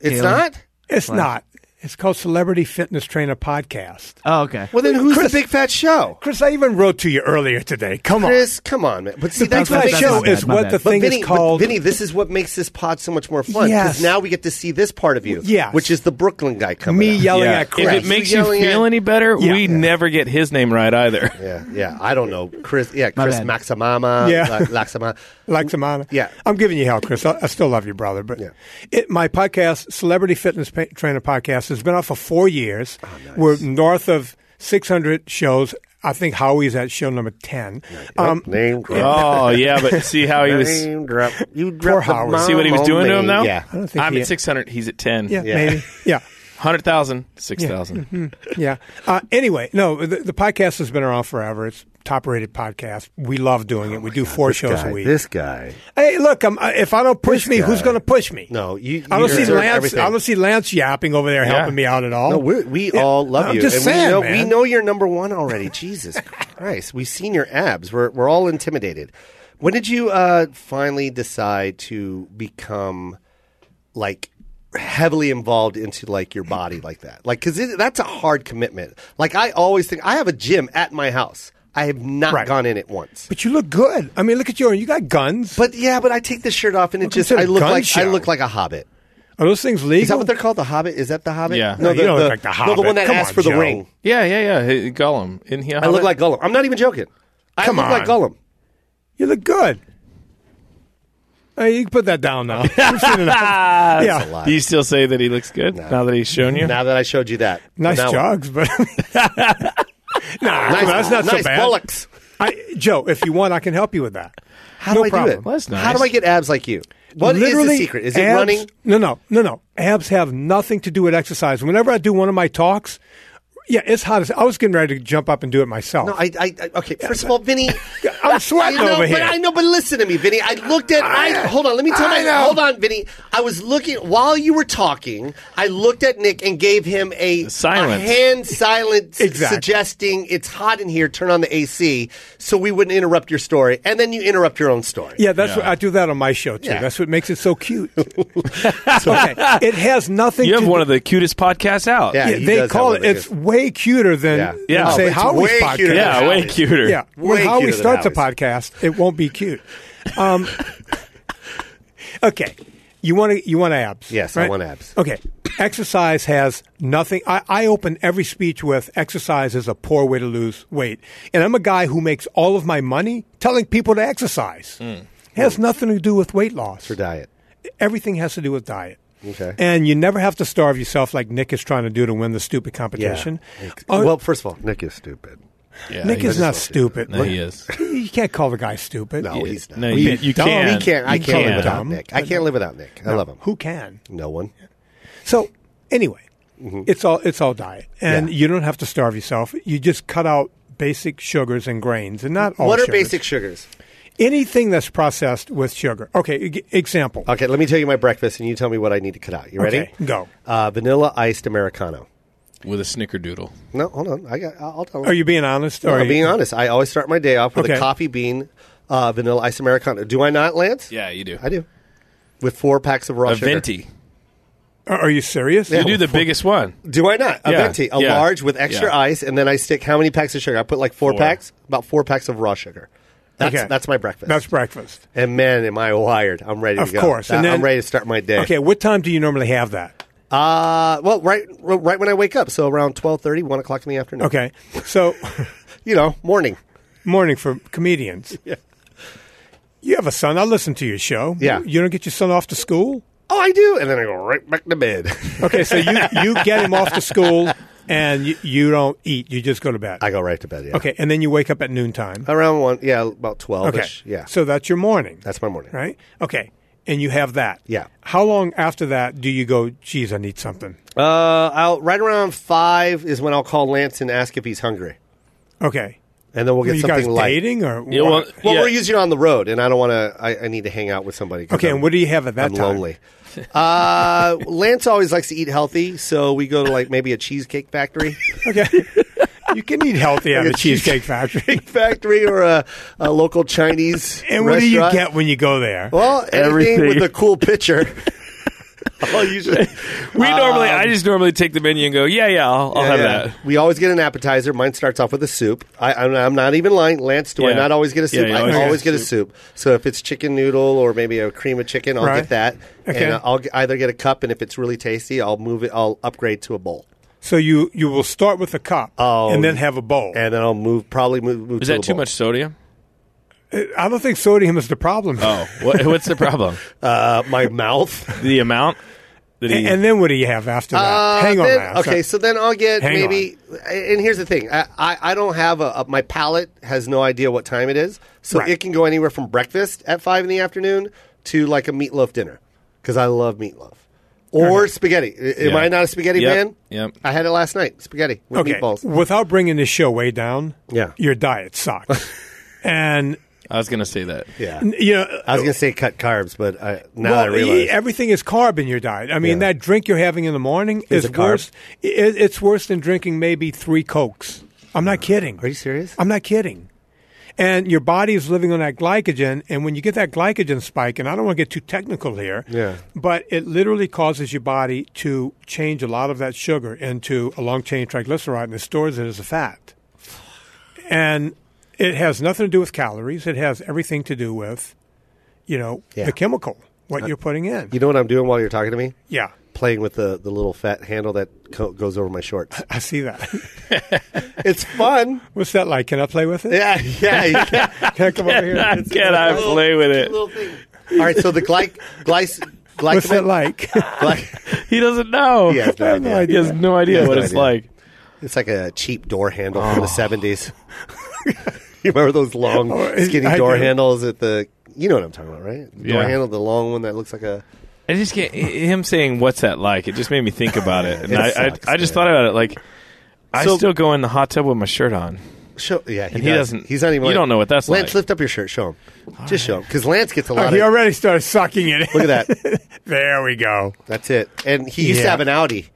S2: it's not?
S5: it's not. It's called Celebrity Fitness Trainer Podcast.
S6: Oh, okay.
S2: Well, then who's The Big Fat Show?
S5: Chris, I even wrote to you earlier today. Come on,
S2: Chris, come on, man. But see,
S5: the Big
S2: that's what
S5: Fat
S2: makes
S6: that's
S5: Show
S6: my bad,
S5: is
S6: my
S5: what
S6: bad.
S5: the
S2: But
S5: thing
S2: Vinny,
S5: is
S2: but
S5: called.
S2: Vinny, this is what makes this pod so much more fun. Because
S5: Yes.
S2: now we get to see this part of you,
S5: Yes.
S2: which is the Brooklyn guy coming
S5: me
S2: out.
S5: yelling
S3: Yeah.
S5: at
S3: If
S5: Chris.
S3: it makes you
S2: Yelling at-
S3: feel any better,
S5: Yeah.
S3: we
S5: Yeah.
S3: never get his name right either.
S2: Yeah, yeah. I don't know. Chris, yeah, Chris
S6: bad.
S2: Maximama.
S5: Yeah.
S2: La- Laxama.
S5: like Samana.
S2: Yeah.
S5: I'm giving you hell, Chris. I, I still love you, brother. But
S2: Yeah.
S5: it, my podcast, Celebrity Fitness pa- Trainer Podcast, has been out for four years. We're north of 600 shows. I think Howie's at show number 10. Um,
S2: Name drop.
S3: Oh yeah, but see how he was. See
S2: Name drop. You dropped the
S5: Howard.
S2: bomb
S5: See
S3: what he was
S2: on
S3: doing
S2: me.
S3: to him now.
S2: Yeah.
S5: don't think
S3: I'm
S5: he-
S3: at 600. He's at 10.
S5: yeah, Mm-hmm. maybe. Yeah.
S3: 100,000, 6,000.
S5: Yeah. Uh, anyway, no, the, the podcast has been around forever. It's top rated podcast. We love doing it. We do four shows
S2: Guy,
S5: a week.
S2: Oh This guy.
S5: hey, look, I'm, I- if I don't push me, who's
S2: guy.
S5: going to push me?
S2: No, you-
S5: I
S2: you
S5: don't see
S2: deserve
S5: Lance.
S2: everything.
S5: I don't see Lance yapping over there helping me out at all.
S2: No, we're, we all love
S5: I'm
S2: you.
S5: just
S2: and we
S5: saying,
S2: know, we
S5: man.
S2: know you're number one already. Jesus Christ. We've seen your abs. We're, we're all intimidated. When did you uh, finally decide to become like heavily involved into like your body like that. Like, cause it, that's a hard commitment. Like I always think I have a gym at my house. I have not
S5: Right.
S2: gone in it once.
S5: But you look good. I mean, look at you. You got guns.
S2: But yeah, but I take this shirt off and it
S5: Welcome
S2: just
S5: to the
S2: I look
S5: gun
S2: like I
S5: show.
S2: look like a hobbit.
S5: Are those things legal?
S2: Is that what they're called? The Hobbit? Is that the Hobbit?
S3: Yeah.
S5: No,
S2: No, the,
S5: you don't
S2: the,
S5: look like the
S2: No, the one
S5: Hobbit.
S2: that
S5: Come
S2: asked
S5: on,
S2: for the
S5: Joe.
S2: ring.
S3: Yeah, yeah, yeah. Hey, Gollum. Isn't he
S2: I
S3: a
S2: look
S3: hobbit?
S2: like Gollum. I'm not even joking. I
S5: Come
S2: look like
S5: on.
S2: Gollum.
S5: you look good. Hey, you can put that down now. We've seen enough.
S4: Ah,
S5: yeah,
S2: That's a lie.
S3: Do you still say that he looks good now that he's shown you?
S2: Now that I showed you that.
S5: nice
S2: Now-
S5: jogs, but nah,
S2: Nice,
S5: come on, that's not
S2: nice
S5: so bad.
S2: bullocks.
S5: I, Joe, if you want, I can help you with that.
S2: How
S5: No
S2: do I
S5: problem.
S2: do it?
S3: Well, that's
S2: How do
S3: nice.
S2: I get abs like you? What is
S5: Literally,
S2: the secret? Is it
S5: abs-
S2: running?
S5: No, no, no, no. Abs have nothing to do with exercise. Whenever I do one of my talks, yeah, it's hot. As, I was getting ready to jump up and do it myself.
S2: No, I, I, I okay. First of all, Vinny,
S5: I'm sweating
S2: you know,
S5: over
S2: but
S5: here.
S2: I know, but listen to me, Vinny. I looked at. I, hold on. Let me tell
S5: I
S2: my.
S5: know.
S2: Hold on, Vinny. I was looking while you were talking. I looked at Nick and gave him a
S3: Silence.
S2: a hand silence,
S5: Exactly.
S2: suggesting it's hot in here. Turn on the AC so we wouldn't interrupt your story, and then you interrupt your own story.
S5: Yeah, that's what I do that on my show too.
S2: Yeah.
S5: That's what makes it so cute. okay, it has nothing.
S3: You
S5: to
S3: have
S5: do-
S3: one of the cutest podcasts out.
S2: Yeah.
S5: Yeah,
S2: he
S5: they
S2: does have
S5: call
S2: one
S5: it.
S2: that
S5: It's
S2: is-
S5: way cuter than,
S2: Yeah.
S5: than
S3: Yeah.
S5: say
S2: Oh, it's
S5: Howie's
S2: way
S5: podcast.
S2: cuter than
S3: Yeah, way
S2: Howie's.
S3: cuter.
S5: Yeah,
S2: Way
S5: when Howie
S2: cuter than
S5: starts a
S2: Howie's.
S5: podcast, it won't be cute. Um, okay, you want to you want abs?
S2: Yes, I want abs.
S5: Okay, exercise has nothing. I, I open every speech with exercise is a poor way to lose weight, and I'm a guy who makes all of my money telling people to exercise.
S2: Hmm.
S5: It has nothing to do with weight loss
S2: Your diet.
S5: everything has to do with diet.
S2: Okay.
S5: And you never have to starve yourself like Nick is trying to do to win the stupid competition. Oh,
S2: well, first of all, Nick is stupid.
S3: Yeah,
S5: Nick
S3: he-
S5: is not stupid.
S3: No, he is.
S5: You can't call the guy stupid.
S2: No, he's not.
S3: No,
S2: He-
S3: you,
S5: bit
S3: you
S5: dumb.
S3: can't.
S2: he can't. I
S5: You
S2: can't live
S5: can't.
S2: without
S5: Dumb.
S2: Nick. I can't live without Nick. I love him.
S5: Who can?
S2: No one.
S5: So anyway, it's all it's all diet, and
S2: Mm-hmm. Yeah.
S5: you don't have to starve yourself. You just cut out basic sugars and grains, and not all.
S2: what are
S5: sugars.
S2: basic sugars?
S5: Anything that's processed with sugar. Okay, e- example.
S2: Okay, let me tell you my breakfast, and you tell me what I need to cut out. You ready?
S5: Okay, go.
S2: Uh, vanilla iced americano.
S3: With a snickerdoodle.
S2: No, hold on. I got. I'll tell.
S5: Are you being honest? or
S2: No,
S5: are
S2: I'm
S5: you-
S2: being honest. I always start my day off with a
S5: Okay.
S2: coffee bean, uh, vanilla iced americano. Do I not, Lance?
S3: Yeah, you do.
S2: I do. With four packs of raw
S3: A
S2: sugar.
S3: venti.
S5: Are are you serious?
S3: You do the biggest one.
S2: Do I not? A
S3: Yeah,
S2: venti, a
S3: yeah,
S2: large with extra
S3: yeah.
S2: ice, and then I stick how many packs of sugar? I put like four,
S3: Four.
S2: packs, about four packs of raw sugar. That's
S5: Okay.
S2: that's my breakfast.
S5: That's breakfast.
S2: and man, am I wired? I'm ready to
S5: Of
S2: go.
S5: course,
S2: I-
S5: and
S2: I'm
S5: then-
S2: ready to start my day.
S5: Okay, what time do you normally have that?
S2: Uh, well, right, right when I wake up, so around 12.30, 1 o'clock in the afternoon.
S5: Okay, so.
S2: You know, morning.
S5: morning for comedians.
S2: Yeah.
S5: You have a son. I listen to your show.
S2: Yeah.
S5: You don't get your son off to school.
S2: Oh, I do, and then I go right back to bed.
S5: Okay, so you you get him off to school, and you, you don't eat. You just go to bed.
S2: I go right to bed. Yeah.
S5: okay, and then you wake up at noontime.
S2: Around one, yeah, about twelve.
S5: Okay.
S2: ish Yeah.
S5: So that's your morning.
S2: that's my morning.
S5: right. Okay, and you have that.
S2: Yeah.
S5: How long after that do you go? Geez, I need something.
S2: Uh, I'll right around five is when I'll call Lance and ask if he's hungry,
S5: Okay.
S2: and then we'll get
S5: Are you
S2: something
S5: guys
S2: light.
S5: dating or
S3: Yeah,
S5: what?
S3: well,
S2: Well,
S3: yeah.
S2: we're usually on the road, and I don't want to. I, I need to hang out with somebody. 'cause
S5: okay,
S2: I'm,
S5: and what do you have at that
S2: I'm
S5: time?
S2: lonely. uh, Lance always likes to eat healthy, so we go to like maybe a cheesecake factory,
S5: Okay. you can eat healthy at
S2: Like
S5: the
S2: a
S5: Cheesecake Factory.
S2: factory or a, a local Chinese.
S5: and what
S2: restaurant.
S5: do you get when you go there?
S2: Well, everything
S3: Everything.
S2: with a cool picture. I'll usually.
S3: We normally, I just normally take the menu and go, yeah, yeah, I'll, I'll have
S2: Yeah, yeah.
S3: that.
S2: We always get an appetizer. Mine starts off with a soup. I, I'm, I'm not even lying. Lance, do I
S3: Yeah.
S2: not always get a soup?
S3: Yeah, you
S2: I
S3: always
S2: always,
S3: get
S2: get a soup. So if it's chicken noodle or maybe a cream of chicken, I'll
S5: Right.
S2: get that.
S5: Okay.
S2: And uh, I'll g- either get a cup, and if it's really tasty, I'll move it. I'll upgrade to a bowl,
S5: So you you will start with a cup
S2: Oh.
S5: and then have a bowl.
S2: and then I'll move. Probably move. move
S3: Is
S2: to
S3: that
S2: a
S3: too
S2: bowl.
S3: much sodium?
S5: I don't think sodium is the problem.
S3: Oh, what, what's the problem?
S2: Uh, my mouth.
S3: The amount that he.
S5: And, and then what do you have after that?
S2: Uh,
S5: Hang on.
S2: then-
S5: now.
S2: Okay, so then I'll get
S5: Hang
S2: maybe. And here's the thing: I, I, I don't have a, a my palate has no idea what time it is, so
S5: Right.
S2: it can go anywhere from breakfast at five in the afternoon to like a meatloaf dinner because I love meatloaf or spaghetti. I- Am
S3: Yeah.
S2: I not a spaghetti
S3: Yep,
S2: man?
S3: yep.
S2: I had it last night. Spaghetti with
S5: okay.
S2: meatballs.
S5: Without bringing this show way down,
S2: Yeah.
S5: your diet sucks. and
S3: I was going to say that.
S2: Yeah,
S5: you know,
S2: I was gonna say cut carbs, but I, now
S5: well,
S2: that I realize.
S5: e- everything is carb in your diet. I mean,
S2: Yeah.
S5: that drink you're having in the morning
S2: Is
S5: is,
S2: a carb?
S5: worse. i- i- it's worse than drinking maybe three cokes. I'm not kidding.
S2: Are you serious?
S5: I'm not kidding. And your body is living on that glycogen. And when you get that glycogen spike, and I don't want to get too technical here,
S2: Yeah.
S5: but it literally causes your body to change a lot of that sugar into a long chain triglyceride and it stores it as a fat. And it has nothing to do with calories, it has everything to do with, you know,
S2: Yeah.
S5: the chemical,
S2: Uh,
S5: what you're putting in.
S2: You know what I'm doing while you're talking to me?
S5: yeah,
S2: Playing with the, the little fat handle that co- goes over my shorts.
S5: I see that.
S2: it's fun.
S5: What's that like? Can I play with it?
S2: Yeah, yeah. you can-
S5: Can I come over here?
S3: Can I play with it?
S2: Little thing. All right, so the glyc glyc
S5: What's that
S2: glycogen.
S5: like?
S2: Gly-
S3: He doesn't know.
S2: he has no
S5: I have no
S2: idea.
S5: idea.
S3: He has no idea
S2: has
S3: what
S2: no
S3: it's
S2: idea.
S3: like.
S2: It's like a cheap door handle
S5: Oh.
S2: from the seventies. you remember those long, skinny
S5: I
S2: door
S5: do.
S2: handles at the? You know what I'm talking about, right? The Door
S3: Yeah.
S2: handle, the long one that looks like a.
S3: I just can't. Him saying "What's that like?" It just made me think about it, and
S2: It
S3: I,
S2: sucks,
S3: I I
S2: man.
S3: just thought about it. Like, I
S2: So-
S3: still go in the hot tub with my shirt on.
S2: Show, yeah, he,
S3: And he
S2: does.
S3: doesn't-
S2: He's not even.
S3: you
S2: like-
S3: don't know what that's
S2: Lance,
S3: like.
S2: lift up your shirt. Show him. Just show him, because Lance gets a lot.
S5: he
S2: of,
S5: already started sucking it. in.
S2: Look at that.
S5: There we go.
S2: That's it. And he used to
S5: Yeah.
S2: have an Audi.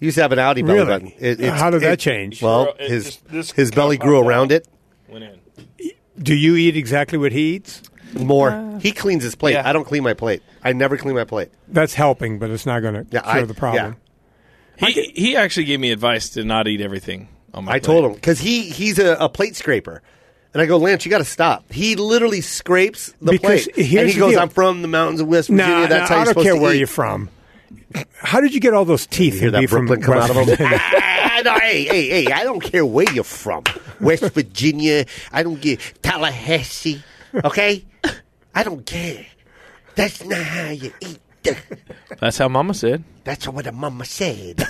S2: He used to have an Audi belly
S5: Really?
S2: button. It- it's-
S5: How did that
S2: it-
S5: change?
S2: Well,
S3: Well, it
S2: his
S3: just- this
S2: his
S3: cut
S2: belly
S3: my
S2: grew
S3: belly.
S2: around it
S3: Went in.
S5: Do you eat exactly what he eats?
S2: more. he cleans his plate.
S3: Yeah.
S2: I don't clean my plate. I never clean my plate.
S5: That's helping, but it's not going to
S2: Yeah,
S5: cure
S2: I-
S5: the problem.
S3: He he actually gave me advice to not eat everything on my.
S2: I
S3: plate.
S2: told him because he he's a, a plate scraper, and I go, Lance, you got to stop. He literally scrapes the
S5: Because
S2: plate,
S5: here's
S2: and he
S5: the
S2: goes,
S5: deal.
S2: "I'm from the mountains of West
S5: No,
S2: Virginia. That's how
S5: I
S2: you're
S5: don't
S2: supposed
S5: care
S2: to
S5: where
S2: eat."
S5: you're from. How did you get all those teeth?
S2: Hear
S5: and be
S2: that
S5: from
S2: Brooklyn come
S5: West
S2: out of him?
S5: Virginia?
S2: Ah, no, hey, hey, hey! I don't care where you're from, West Virginia. I don't get Tallahassee. Okay, I don't care. That's not how you eat.
S3: That's how Mama said.
S2: That's what the mama said.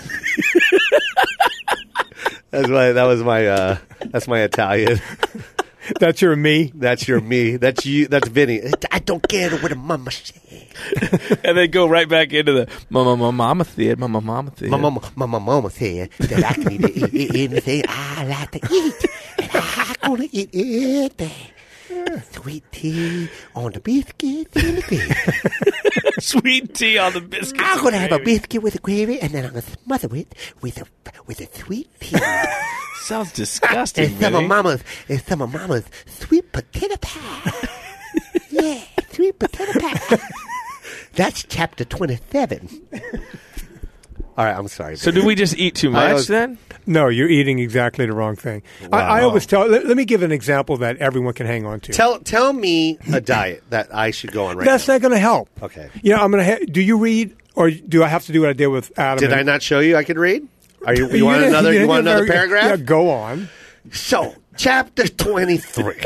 S2: that's my. That was my. Uh, that's my Italian.
S5: That's your me.
S2: That's your me. That's you. That's Vinny. I don't care what a mama said.
S3: and then go right back into the mama mama mama theater mama mama theater
S2: My mama, my mama, mama said that I can eat, eat, eat anything I like to eat, and I'm gonna eat everything. Sweet tea on the biscuit and the gravy.
S3: sweet tea on the biscuit.
S2: I'm gonna have a biscuit with a gravy, and then I'm gonna smother it with a with a sweet tea.
S3: Sounds disgusting.
S2: and some of
S3: Vinny.
S2: mama's and some of mama's sweet potato pie. yeah, sweet potato pie. That's chapter twenty-seven. All right, I'm sorry.
S3: So do we just eat too
S2: I
S3: much
S2: was-
S3: then?
S5: No, you're eating exactly the wrong thing. I, I always tell. Let, let me give an example that everyone can hang on to.
S2: Tell tell me a diet that I should go on right
S5: That's
S2: now.
S5: not going to help.
S2: Okay.
S5: You know, I'm going to. Ha- do you read, or do I have to do what I did with Adam?
S2: Did
S5: and-
S2: I not show you I could read? Are you, you want
S5: didn't-
S2: another? You
S5: didn't
S2: want
S5: do a
S2: another
S5: very- Yeah,
S2: paragraph?
S5: go on.
S2: So, chapter twenty-three.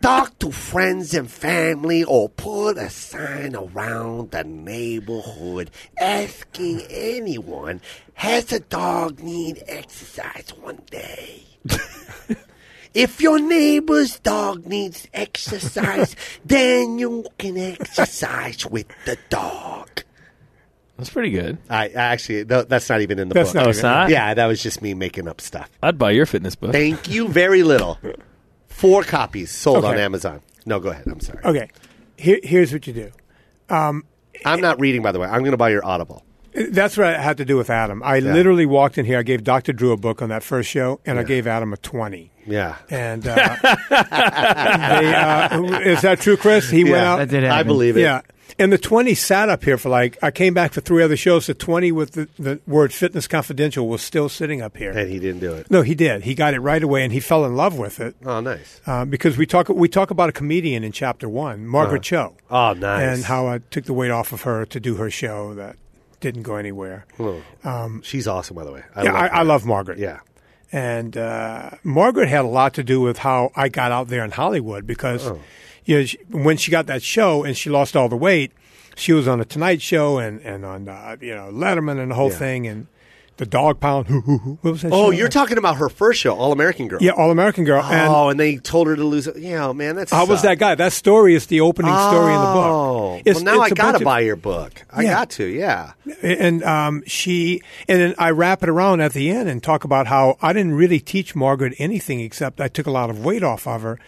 S2: Talk to friends and family, or put a sign around the neighborhood asking anyone has a dog need exercise one day. If your neighbor's dog needs exercise, then you can exercise with the dog.
S3: That's pretty good.
S2: I I actually, th- that's not even in the
S5: That's
S2: book.
S5: not
S3: Oh, it's not.
S2: Yeah, that was just me making up stuff.
S3: I'd buy your fitness book.
S2: Thank you very little. Four copies sold on
S5: Okay.
S2: Amazon. No, go ahead. I'm sorry.
S5: Okay. Here, here's what you do.
S2: I'm not reading, by the way. I'm going to buy your Audible.
S5: That's what I had to do with Adam. I literally walked in here. I gave Dr. Drew a book on that first show, and I gave Adam a 20.
S2: Yeah.
S5: And uh, they, uh, is that true, Chris? He went
S2: Yeah,
S5: out.
S6: that did
S2: I
S6: happen.
S2: believe it.
S5: Yeah. And the 20 sat up here for like, I came back for three other shows. The 20 with the, the word Fitness Confidential was still sitting up here.
S2: And he didn't do it.
S5: No, he did. He got it right away, and he fell in love with it.
S2: Oh, nice.
S5: Uh, because we talk we talk about a comedian in chapter one, Margaret Cho.
S2: Oh, nice.
S5: And how I took the weight off of her to do her show that didn't go anywhere.
S2: She's awesome, by the way. I
S5: um, yeah,
S2: love
S5: I, I
S2: her.
S5: love Margaret.
S2: Yeah.
S5: And uh, Margaret had a lot to do with how I got out there in Hollywood because
S2: Oh.
S5: you know, she, when she got that show and she lost all the weight, she was on the Tonight Show and, and on uh, you know Letterman and the whole
S2: Yeah.
S5: thing and the Dog Pound. Hoo, hoo, hoo. What was that?
S2: Oh,
S5: show?
S2: you're talking about her first show, All American Girl.
S5: yeah, All American Girl. and
S2: oh, and they told her to lose it. Yeah, man, that's
S5: How was that guy? That story is the opening story in the
S2: Oh,
S5: book.
S2: well, now I
S5: a
S2: gotta
S5: bunch of-
S2: buy your book. I
S5: Yeah.
S2: got to, yeah.
S5: And um, she and then I wrap it around at the end and talk about how I didn't really teach Margaret anything except I took a lot of weight off of her,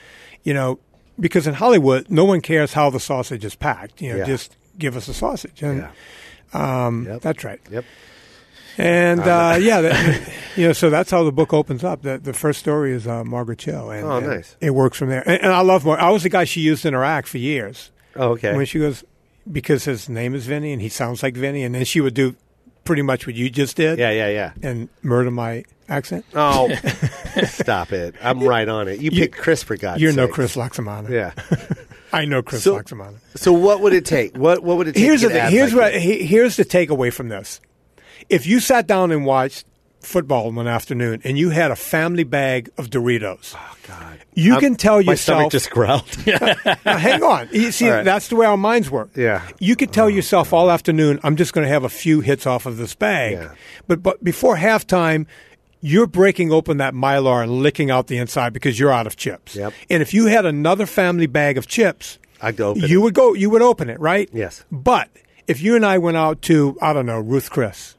S5: you know, because in Hollywood no one cares how the sausage is packed. You know,
S2: Yeah.
S5: just give us a sausage, and Um,
S2: Yeah. Yep.
S5: that's right.
S2: Yep.
S5: And uh, yeah, that, You know, so that's how the book opens up. The, the first story is uh, Margaret Cho, and,
S2: Oh,
S5: and
S2: nice.
S5: it works from there. And, and I love Mar. I was the guy she used in her act for years.
S2: Oh, okay.
S5: When she goes, because his name is Vinny and he sounds like Vinny, and then she would do pretty much what you just did,
S2: yeah, yeah, yeah.
S5: and murder my accent.
S2: Oh, stop it! I'm right on it. You,
S5: You-
S2: picked Chris for God's
S5: You're no
S2: sake.
S5: Chris Loxamana.
S2: Yeah.
S5: I know Chris
S2: So-
S5: Loxamana.
S2: So what would it take? What what would it take?
S5: Here's
S2: to
S5: the
S2: get
S5: thing.
S2: ads
S5: Here's
S2: like
S5: what.
S2: that?
S5: he- Here's the takeaway from this. If you sat down and watched football one afternoon and you had a family bag of Doritos, oh God, you
S2: I'm-
S5: can tell
S2: Ah, my
S5: yourself.
S2: stomach just growled.
S5: Now, hang on. You see,
S2: All right.
S5: that's the way our minds work.
S2: Yeah. Oh,
S5: You could tell yourself all afternoon, I'm just going to have a few hits off of this bag.
S2: Yeah.
S5: But, but before halftime, you're breaking open that mylar and licking out the inside because you're out of chips.
S2: Yep.
S5: And if you had another family bag of chips,
S2: I'd go open
S5: you
S2: it.
S5: would go. You would open it, right?
S2: Yes.
S5: But if you and I went out to I don't know Ruth Chris,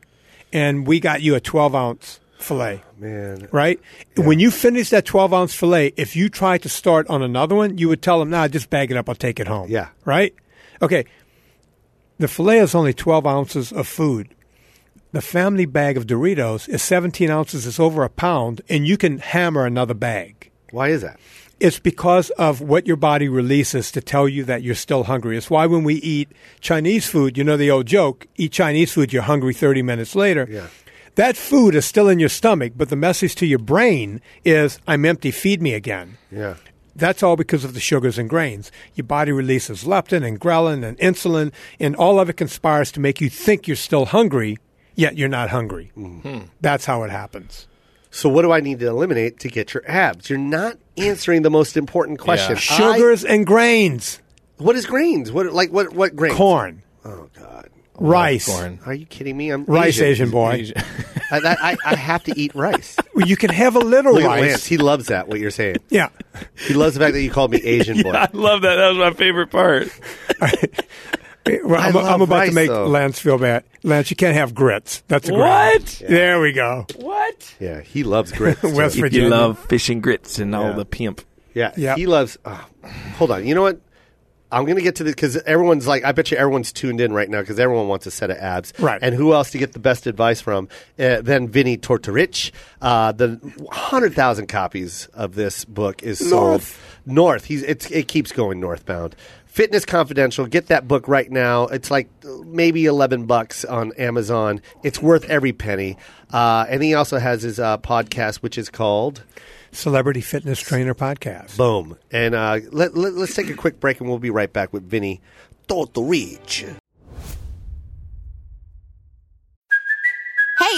S5: and we got you a 12 ounce fillet,
S2: Man,
S5: right? When you finish that 12 ounce filet, if you tried to start on another one, you would tell them, nah, just bag it up. I'll take it home.
S2: Yeah.
S5: Right? Okay. The filet is only 12 ounces of food. The family bag of Doritos is 17 ounces. It's over a pound, and you can hammer another bag.
S2: why is that?
S5: It's because of what your body releases to tell you that you're still hungry. It's why when we eat Chinese food, you know the old joke eat Chinese food, you're hungry 30 minutes later.
S2: Yeah.
S5: That food is still in your stomach, but the message to your brain is, I'm empty, feed me again.
S2: Yeah.
S5: That's all because of the sugars and grains. Your body releases leptin and ghrelin and insulin, and all of it conspires to make you think you're still hungry, yet you're not hungry.
S2: Mm-hmm.
S5: That's how it happens.
S2: So what do I need to eliminate to get your abs? You're not answering the most important question. I-
S5: Sugars and grains,
S2: what is grains? What like what what grains?
S5: corn,
S2: Oh God.
S5: rice,
S3: Corn.
S2: Are you kidding me? I'm
S5: rice, Asian, boy.
S2: I, that, I, I have to eat rice.
S5: Well, you can have a little
S2: Look at Lance.
S5: rice.
S2: He loves that. What you're saying.
S5: Yeah.
S2: He loves the fact that you called me Asian boy.
S3: I love that. That was my favorite part.
S5: Well, I'm,
S2: love
S5: I'm about
S2: rice,
S5: to make
S2: though.
S5: Lance feel bad. Lance, you can't have grits. That's a grain.
S3: What?
S5: There we go.
S3: What?
S2: Yeah, he loves grits. too.
S5: West
S3: You
S5: Virginia.
S3: love fish and grits and
S2: Yeah.
S3: all the pimp.
S2: Yeah,
S5: Yep.
S2: he loves. ah, hold on, you know what? I'm going to get to this because everyone's like, I bet you everyone's tuned in right now because everyone wants a set of abs.
S5: Right.
S2: And who else to get the best advice from uh, than Vinny Tortorich? Uh, the 100,000 copies of this book is sold.
S5: North.
S2: North. He's, it's, it keeps going northbound. Fitness Confidential. Get that book right now. It's like uh, maybe 11 bucks on Amazon. It's worth every penny. Uh, and he also has his uh, podcast, which is called.
S5: Celebrity Fitness Trainer Podcast.
S2: Boom. And uh, let, let, us take a quick break and we'll be right back with Vinny Tortorich.
S7: Hey,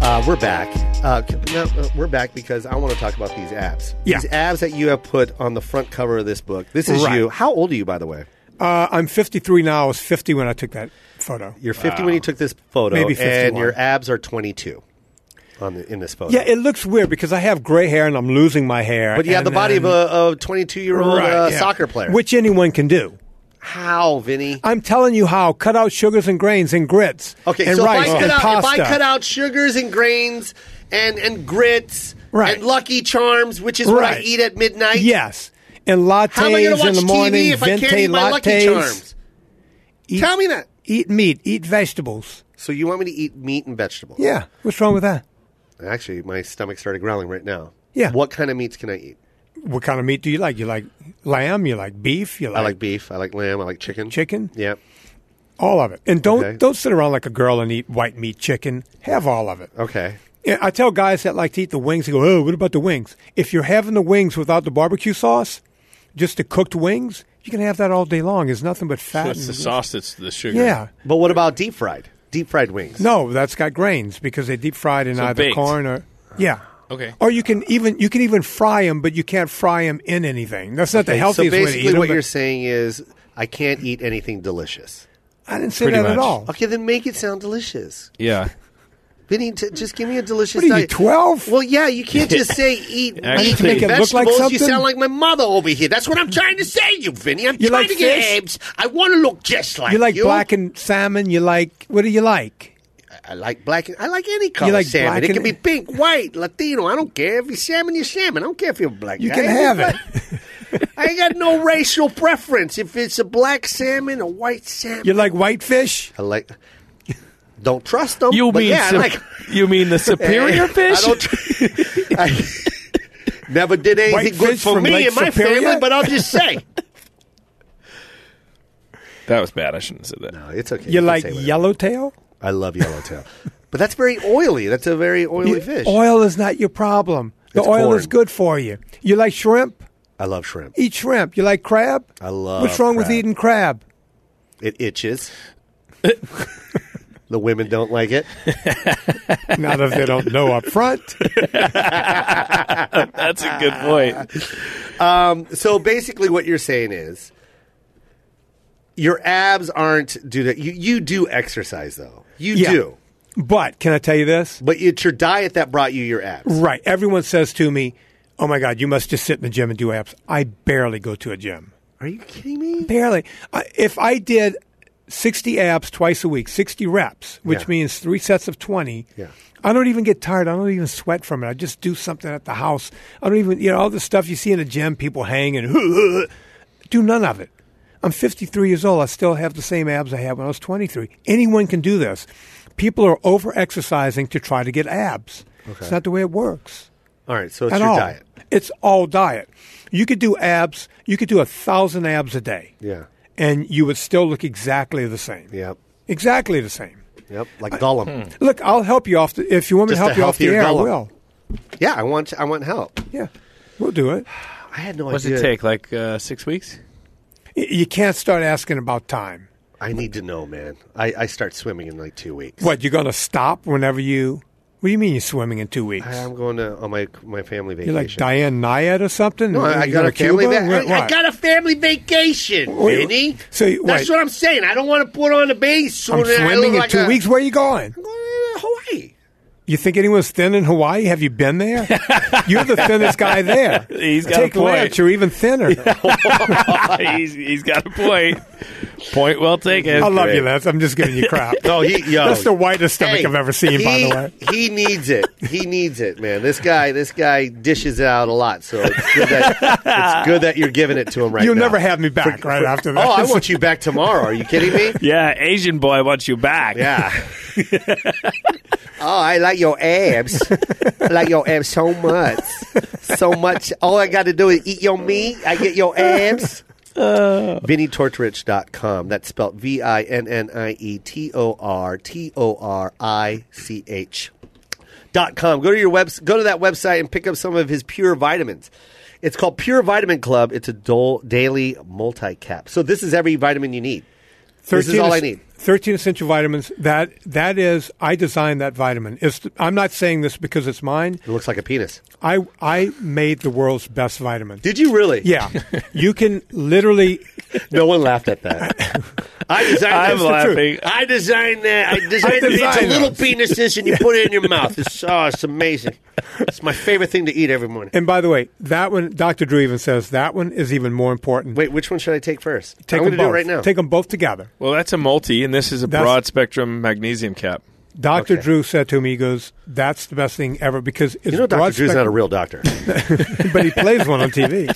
S2: Uh, we're back. Uh, c- no, uh, we're back because I want to talk about these abs.
S5: Yeah.
S2: These abs that you have put on the front cover of this book. This is
S5: Right.
S2: you. How old are you, by the way?
S5: Uh, I'm 53 now. I was 50 when I took that photo.
S2: You're 50 when you took this photo,
S5: Uh, Maybe
S2: and
S5: 51.
S2: your abs are 22 on the, in this photo.
S5: Yeah, it looks weird because I have gray hair and I'm losing my hair.
S2: but you have
S5: and
S2: the body
S5: then-
S2: of a 22 year old
S5: Right,
S2: uh,
S5: yeah.
S2: soccer player.
S5: Which anyone can do.
S2: how, Vinny?
S5: I'm telling you how. Cut out sugars and grains and grits.
S2: Okay,
S5: and
S2: so
S5: rice
S2: if, I cut
S5: and
S2: out, if I
S5: pasta.
S2: cut out sugars and grains and and grits
S5: Right.
S2: and Lucky Charms, which is what I
S5: Right.
S2: eat at midnight,
S5: Yes. And lattes
S2: how am I going to
S5: in
S2: watch
S5: the morning,
S2: TV if I
S5: venti
S2: can't eat my
S5: lattes.
S2: Lucky Charms?
S5: Eat-
S2: Tell me that.
S5: Eat meat, eat vegetables.
S2: So you want me to eat meat and vegetables?
S5: Yeah. What's wrong with that?
S2: Actually, my stomach started growling right now.
S5: Yeah.
S2: What kind of meats can I eat?
S5: What kind of meat do you like? You like lamb, you like beef, you like,
S2: I like beef. I like lamb. I like chicken.
S5: chicken?
S2: Yeah.
S5: All of it. And don't
S2: Okay.
S5: don't sit around like a girl and eat white meat chicken. Have all of it.
S2: Okay.
S5: Yeah, I tell guys that like to eat the wings, they go, oh, what about the wings? If you're having the wings without the barbecue sauce, just the cooked wings, you can have that all day long. It's nothing but fat.
S3: That's the
S5: and-
S3: sauce. That's the sugar.
S5: Yeah.
S2: But what about deep fried? Deep fried wings.
S5: No, that's got grains because they deep fried in
S3: So
S5: either
S3: baked.
S5: corn or yeah.
S3: Okay.
S5: Or you can even you can even fry them, but you can't fry them in anything. That's not the
S2: So
S5: healthiest way to eat
S2: basically,
S5: 'em,
S2: what
S5: but
S2: you're saying is I can't eat anything delicious.
S5: I didn't say
S3: Pretty
S5: that at
S3: much.
S5: all.
S2: Okay, then make it sound delicious.
S3: Yeah.
S2: Vinny, t- just give me a delicious
S5: What are you,
S2: diet.
S5: 12?
S2: Well, yeah, you can't just say eat, eat
S3: I need to
S5: make it
S2: vegetables.
S5: look like
S2: You
S5: something.
S2: sound like my mother over here. That's what I'm trying to say, you Vinny. I'm
S5: You
S2: trying
S5: like
S2: to get
S5: fish?
S2: abs. I want to look just like
S5: You like
S2: you.
S5: blackened salmon. You like what do you like?
S2: I like black. And, I like any color
S5: like
S2: salmon.
S5: black
S2: it can
S5: and-
S2: be pink, white, Latino. I don't care if you salmon, you salmon. I don't care if you're black.
S5: You
S2: I
S5: can
S2: ain't
S5: have
S2: got-
S5: it.
S2: I ain't got no racial preference. If it's a black salmon, a white salmon,
S5: You like whitefish?
S2: I like. Don't trust them.
S3: You
S2: but
S3: mean
S2: yeah, I
S3: sup-
S2: like,
S3: you mean the superior
S2: Eh, I
S3: fish?
S2: don't. Tr- I never did anything good
S5: Whitefish
S2: for
S5: from
S2: me
S5: Lake
S2: and my
S5: Superior?
S2: family, but I'll just say
S3: That was bad. I shouldn't have said that.
S2: no, it's okay.
S5: You
S2: can
S5: like
S2: say whatever.
S5: yellowtail?
S2: I love yellowtail, but that's very oily. That's a very oily fish.
S5: Oil is not your problem. The
S2: It's
S5: oil
S2: corn.
S5: is good for you. You like shrimp?
S2: I love shrimp.
S5: Eat shrimp. You like crab?
S2: I love
S5: What's wrong with
S2: crab.
S5: eating crab?
S2: It itches. the women don't like it.
S5: Not if they don't know up front.
S3: That's a good point.
S2: So basically, what you're saying is your abs aren't due to you. You do exercise though. You
S5: Yeah.
S2: do,
S5: But can I tell you this?
S2: but it's your diet that brought you your abs.
S5: Right. Everyone says to me, "Oh my God, you must just sit in the gym and do abs." I barely go to a gym.
S2: Are you kidding me?
S5: Barely. I, if I did 60 abs twice a week, 60 reps, which
S2: Yeah.
S5: means three sets of 20,
S2: Yeah.
S5: I don't even get tired. I don't even sweat from it. I just do something at the house. I don't even, you know, all the stuff you see in a gym, people hang and do none of it. I'm 53 years old. I still have the same abs I had when I was 23. Anyone can do this. People are over exercising to try to get abs. It's not the way it works
S2: All right, so it's
S5: at
S2: your
S5: all.
S2: diet.
S5: It's all diet. You could do abs. You could do a thousand abs a day.
S2: Yeah.
S5: And you would still look exactly the same.
S2: Yep.
S5: Exactly the same.
S2: Yep. Like Gollum.
S5: Look, I'll help you off. The, if you want me
S2: Just
S5: to help
S2: a
S5: you off the
S2: healthier
S5: air,
S2: dollop.
S5: I will.
S2: Yeah, I want I want help.
S5: Yeah, we'll do it.
S2: I had no
S3: What's
S2: idea.
S3: it take? Like uh, six weeks?
S5: Y- You can't start asking about time.
S2: I need to know, man. I, I start swimming in like two weeks.
S5: What you're going to stop whenever you? What do you mean you're swimming in two weeks?
S2: I, am going to on my my family vacation.
S5: you're like Diane Nyad or something?
S2: No, I, I
S5: You
S2: got
S5: go
S2: a
S5: to
S2: family.
S5: Cuba?
S2: Va-
S5: What-
S2: I, I
S5: what?
S2: got a family vacation,
S5: Wait,
S2: Vinny.
S5: so you-
S2: that's
S5: wait.
S2: what I'm saying. I don't want to put on a base. So
S5: I'm
S2: that I look
S5: swimming in
S2: like
S5: two
S2: a-
S5: weeks. Where are you going?
S2: I'm going to Hawaii.
S5: You think anyone's thin in Hawaii? Have you been there? You're the thinnest guy there.
S3: He's got a
S5: Take
S3: point.
S5: Lance, you're even thinner.
S3: he's, he's got a point. Point well taken.
S5: I love you, Lance. I'm just giving you crap.
S2: No, he, yo,
S5: That's the whitest stomach
S2: Hey,
S5: I've ever seen, by
S2: he-
S5: the way.
S2: He needs it. He needs it, man. This guy, this guy dishes it out a lot. So it's good that, it's good that you're giving it to him right
S5: You'll
S2: now.
S5: never have me back right after
S2: Oh,
S5: that.
S2: I want you back tomorrow. Are you kidding me?
S3: Yeah, Asian boy wants you back.
S2: Yeah. oh, I like your abs. I like your abs so much. So much. All I got to do is eat your meat. I get your abs. VinnyTortrich.com. That's spelled V I N N I E T O R T O R I C H. Dot com. Go to your webs. Go to that website and pick up some of his pure vitamins. It's called Pure Vitamin Club. It's a dol- daily multi cap. So this is every vitamin you need. This is all I need.
S5: 13 essential vitamins. That That is, I designed that vitamin. It's, I'm not saying this because it's mine.
S2: It looks like a penis.
S5: I, I made the world's best vitamin.
S2: Did you really?
S5: Yeah. you can literally
S2: No one laughed at that. I designed
S3: I'm
S2: that's the truth.
S3: laughing.
S2: I designed that. I designed,
S5: designed
S2: it's a little
S5: those.
S2: penises and you put it in your mouth. It's, oh, it's amazing. It's my favorite thing to eat every morning.
S5: And by the way, that one, Dr. Drew even says that one is even more important.
S2: Wait, which one should I take first?
S5: Take
S2: I'm going
S5: them
S2: to do
S5: both.
S2: it right now.
S5: Take them both together.
S3: Well, that's a multi, and this is a
S5: That's-
S3: broad spectrum magnesium cap.
S5: Dr.
S2: Okay.
S5: Drew said to me, he goes, that's the best thing ever because it's
S2: you know, Dr.
S5: broad
S2: Drew's not a
S5: spectrum,
S2: real doctor.
S5: but he plays one on TV.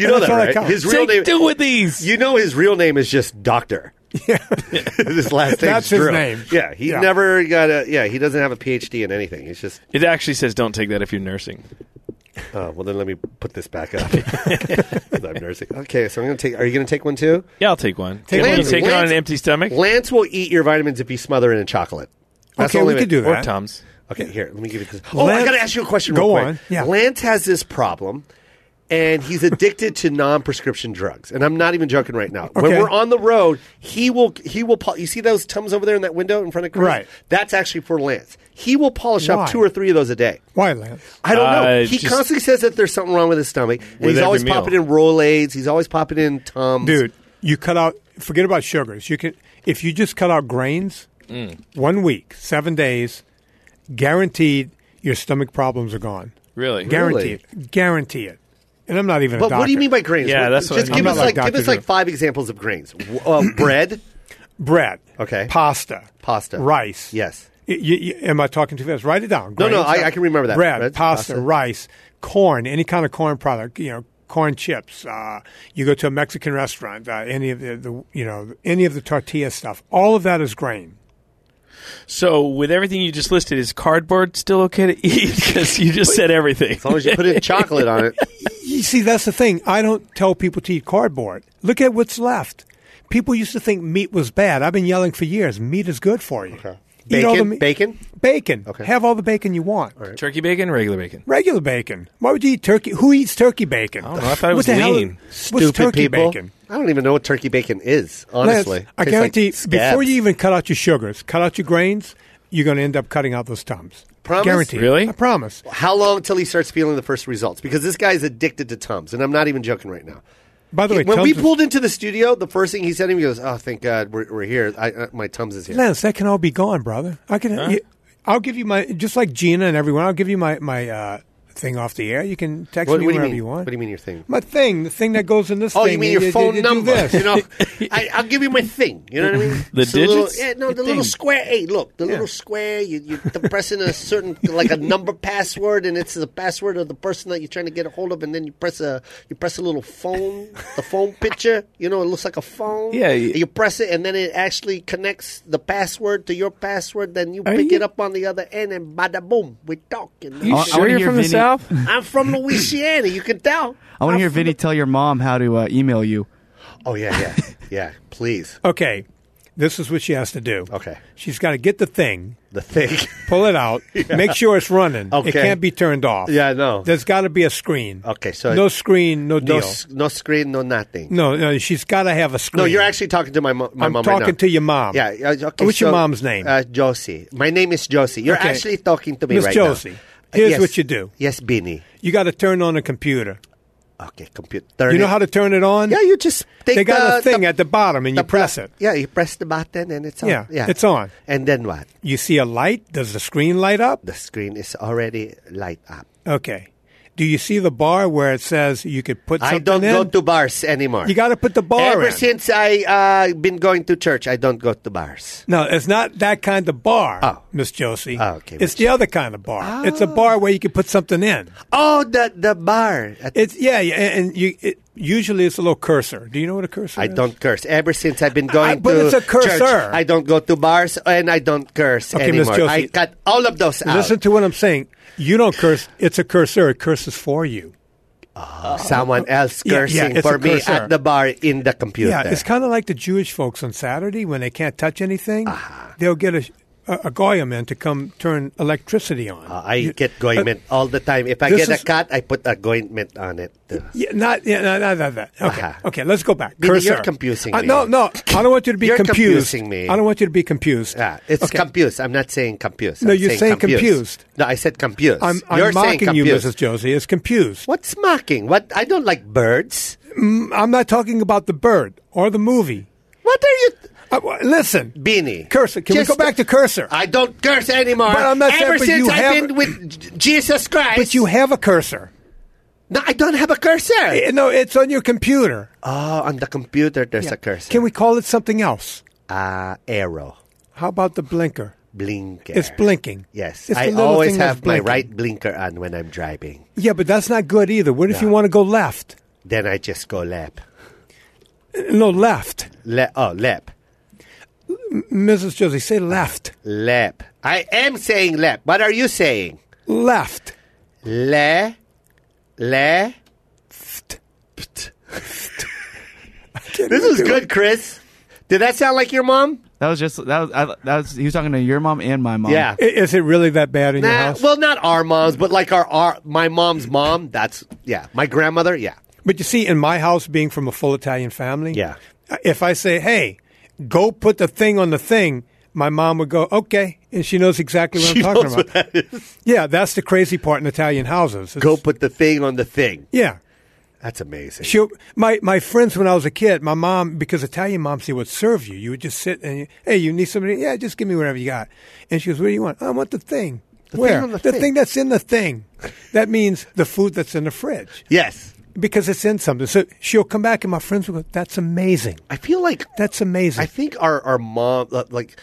S2: You know that,
S5: That's all that
S2: right?
S5: counts.
S2: His real
S3: Take
S2: name.
S3: two of these.
S2: You know his real name is just Doctor. Yeah. his last name
S5: That's
S2: is
S5: his
S2: Drew.
S5: name.
S2: Yeah, he
S5: Yeah.
S2: never got a. Yeah, he doesn't have a PhD in anything. He's just.
S3: It actually says don't take that if you're nursing.
S2: Oh, well, then let me put this back up. I'm nursing. Okay, so I'm going to take. Are you going to take one too?
S3: Yeah, I'll take one.
S5: Take
S3: Can
S5: one.
S3: you take it on an empty stomach?
S2: Lance will eat your vitamins if you smother it in chocolate. That's
S5: okay,
S2: the
S5: we
S2: only way-
S5: could do
S3: or
S5: that.
S3: Tums.
S2: Okay, here, let me give you this. Oh, I
S5: Lance-
S2: got to ask you a question.
S5: Go
S2: real quick.
S5: on, yeah.
S2: Lance has this problem, and he's addicted to non-prescription drugs. And I'm not even joking right now. When
S5: Okay.
S2: we're on the road, he will he will. pol- You see those tums over there in that window in front of Chris?
S5: Right.
S2: That's actually for Lance. He will polish
S5: Why?
S2: up two or three of those a day.
S5: Why, Lance?
S2: I don't know.
S3: Uh,
S2: He
S3: just-
S2: constantly says that there's something wrong with his stomach, and
S3: With
S2: he's
S3: every
S2: always
S3: meal.
S2: popping in Rolaids. He's always popping in Tums.
S5: Dude, you cut out, forget about sugars. You can, if you just cut out grains, one week, seven days, guaranteed your stomach problems are gone.
S3: Really?
S5: Guaranteed. Guarantee it. And I'm not even a
S2: But
S5: doctor.
S2: what do you mean by grains?
S3: Yeah, that's what
S2: just
S3: I
S2: give
S5: mean.
S2: us
S5: I'm not
S2: like,
S5: like
S2: give us
S5: Dr.
S2: like
S5: Drew.
S2: five examples of grains. W- Uh, bread,
S5: bread?
S2: Okay.
S5: Pasta.
S2: pasta,
S5: Rice.
S2: Yes,
S5: Y- y- y- am I talking too fast? Write it down.
S2: No, no,
S5: Grains,
S2: I- I can remember that.
S5: Bread,
S2: Bread,
S5: pasta,
S2: pasta.
S5: rice, corn, any kind of corn product. You know, corn chips. Uh, you go to a Mexican restaurant. Uh, any of the, the, you know, any of the tortilla stuff. All of that is grain.
S3: So, with everything you just listed, is cardboard still okay to eat? Because you just said everything.
S2: as long as you put in chocolate on it.
S5: You see, that's the thing. I don't tell people to eat cardboard. Look at what's left. People used to think meat was bad. I've been yelling for years. Meat is good for you. Okay.
S2: Bacon, bacon.
S5: Bacon.
S2: Okay.
S5: Have all the bacon you want.
S3: Turkey bacon, regular bacon.
S5: Regular bacon. Why would you eat turkey? Who eats turkey bacon?
S3: I don't know. I thought it
S5: What
S3: was
S5: the hell-
S3: lean.
S5: What's
S2: Stupid
S5: turkey
S2: people.
S5: bacon?
S2: I don't even know what turkey bacon is.
S5: Lance,
S2: Honestly,
S5: I
S2: Tastes like
S5: guarantee before
S2: scabs.
S5: you even cut out your sugars, cut out your grains, you're going to end up cutting out those tums.
S2: Promise?
S5: Guaranteed.
S3: Really?
S5: I promise.
S2: How long till he starts feeling the first results? Because this guy's addicted to Tums, and I'm not even joking right now.
S5: By the way,
S2: when
S5: Tums
S2: we
S5: is-
S2: pulled into the studio, the first thing he said to me was, "Oh, thank God, we're, we're here. I, uh, my Tums is here."
S5: Lance, that can all be gone, brother. I can. you- I'll give you my just like Gina and everyone. I'll give you my my uh, thing off the air. You can text
S2: What,
S5: me
S2: what do you
S5: whenever
S2: mean?
S5: want.
S2: What do you mean your thing?
S5: My thing, the thing that goes in this.
S2: Oh,
S5: thing.
S2: you mean your phone
S5: do
S2: number?
S5: this.
S2: You know, I, I'll give you my thing. You know what I mean?
S3: The
S2: It's a little-
S3: digits?
S2: yeah, no, the little square. Hey, look, the little square. You, you're pressing a certain, like a number password, and it's the password of the person that you're trying to get a hold of, and then you press a, you press a little phone, the phone picture. You know, it looks like a phone.
S3: Yeah, you-
S2: You, press it, and then it actually connects the password to your password. Then you
S3: Are
S2: pick
S3: you-
S2: it up on the other end, and bada boom, we're talking.
S3: You
S6: I- I
S3: sure
S6: wanna
S3: you're
S6: hear
S3: from the
S6: Vinny-
S3: South?
S2: I'm from Louisiana. You can tell.
S6: I want to
S2: I'm
S6: hear
S2: from
S6: Vinny tell your mom how to uh, email you.
S2: the- Oh yeah, yeah, yeah. Please.
S5: Okay, this is what she has to do.
S2: Okay.
S5: she's got to get the thing,
S2: The thing.
S5: pull it out, make sure it's running.
S2: Okay.
S5: It can't be turned off.
S2: Yeah, I know.
S5: There's got to be a screen.
S2: Okay, so
S5: no
S2: it-
S5: screen, no
S2: No,
S5: deal.
S2: s- no screen, no nothing.
S5: no, no, she's got to have a screen.
S2: No, you're actually talking to my mom. My
S5: I'm
S2: mom
S5: talking
S2: right now.
S5: to your mom. Oh,
S2: Yeah. uh, Okay,
S5: What's your
S2: so,
S5: mom's name?
S2: Uh, Josie. My name is Josie. You're
S5: Okay.
S2: actually talking to me
S5: Miss
S2: right
S5: Josie,
S2: now. Uh,
S5: here's
S2: yes.
S5: what you do.
S2: Yes, Beanie.
S5: You got to turn on the computer.
S2: Okay, computer. Turn
S5: You know
S2: it-
S5: how to turn it on?
S2: Yeah, you just take
S5: They got
S2: the,
S5: a thing
S2: the-
S5: at the bottom, and you
S2: the-
S5: press it.
S2: Yeah, you press the button and it's on.
S5: Yeah, it's on.
S2: And then what?
S5: You see a light. Does the screen light up?
S2: The screen is already light up.
S5: Okay. Do you see the bar where it says you could put something
S2: I don't
S5: in?
S2: go to bars anymore.
S5: you got to put the bar
S2: Ever
S5: in.
S2: since I uh, been going to church, I don't go to bars.
S5: no, it's not that kind of bar,
S2: Oh.
S5: Miss Josie.
S2: Oh, okay,
S5: It's
S2: Miss
S5: the other kind of bar. It's a bar where you can put something in.
S2: Oh, the the bar. at
S5: It's yeah, yeah and and you it, usually it's a little cursor. Do you know what a cursor
S2: I
S5: is?
S2: don't curse. Ever since I've been going
S5: but
S2: to
S5: it's a cursor.
S2: church, I don't go to bars and I don't curse
S5: Okay, Miss
S2: anymore.
S5: Josie.
S2: I cut all of those out.
S5: Listen to what I'm saying. You don't curse. It's a cursor. It curses for you.
S2: someone else
S5: Yeah, yeah,
S2: cursing
S5: it's
S2: for
S5: a
S2: me
S5: cursor.
S2: at the bar in the computer.
S5: Yeah, it's kind of like the Jewish folks on Saturday when they can't touch anything.
S2: Uh-huh.
S5: They'll get a, a, a goyim in to come turn electricity on.
S2: Uh, I get goitment all the time. If I
S5: this
S2: get a
S5: is-
S2: cut, I put a goitment on it. too.
S5: Yeah, not yeah, no, no, no, no. Okay,
S2: Uh-huh.
S5: okay. Let's go back.
S2: Vinny,
S5: Cursor.
S2: you're confusing
S5: Uh,
S2: me.
S5: No, no. I don't want you to be
S2: You're
S5: confused.
S2: confusing me.
S5: I don't want you to be confused.
S2: Yeah, it's
S5: Okay.
S2: confused. I'm not saying confused.
S5: No,
S2: I'm
S5: you're saying confused.
S2: No, I said confused.
S5: I'm, I'm
S2: you're saying
S5: mocking you,
S2: confused.
S5: Mrs. Josie. It's confused.
S2: What's mocking? What? I don't like birds.
S5: Mm, I'm not talking about the bird or the movie.
S2: What are you?
S5: I- w- listen,
S2: Beanie.
S5: Cursor. Can
S2: Just-
S5: we go back to cursor?
S2: I don't curse anymore.
S5: But I'm not saying-
S2: Ever
S5: but
S2: since
S5: you
S2: I've
S5: have-
S2: been with J- Jesus Christ.
S5: but you have a cursor.
S2: No, I don't have a cursor.
S5: Eh, No, it's on your computer.
S2: oh, on the computer there's a cursor.
S5: Can we call it something else?
S2: Uh, arrow.
S5: How about the blinker?
S2: Blinker.
S5: It's blinking.
S2: Yes.
S5: It's the
S2: I
S5: little
S2: always
S5: thing
S2: have
S5: that's
S2: my
S5: blinking.
S2: right blinker on when I'm driving.
S5: Yeah, but that's not good either. What if you want to go left?
S2: Then I just go lap.
S5: Eh, No, left.
S2: Le- oh, lap.
S5: Mrs. Josie, say left.
S2: Lap. I am saying lap. What are you saying?
S5: Left.
S2: Le. Le. This is good, Chris. Did that sound like your mom?
S6: That was just that was I, that was he was talking to your mom and my mom.
S2: Yeah.
S5: I- Is it really that bad in Um, your
S2: Nah,
S5: house?
S2: well, not our moms, but like our, our my mom's mom. That's yeah. My grandmother. Yeah.
S5: but you see, in my house, being from a full Italian family,
S2: Yeah.
S5: if I say, "Hey, go put the thing on the thing," my mom would go, "Okay," and she knows exactly what
S2: She
S5: I'm talking
S2: knows
S5: about. Yeah, that's the crazy part in Italian houses. It's-
S2: Go put the thing on the thing.
S5: Yeah.
S2: That's amazing.
S5: She, my my friends when I was a kid, my mom because Italian moms they would serve you. You would just sit and you, hey, you need somebody? Yeah, just give me whatever you got. And she goes, what do you want? I want the thing. Where?
S2: on the
S5: the
S2: thing.
S5: thing that's in the thing. That means the food that's in the fridge
S2: Yes.
S5: because it's in something. So she'll come back and my friends will go, that's amazing.
S2: I feel like
S5: That's amazing.
S2: I think our our mom uh, like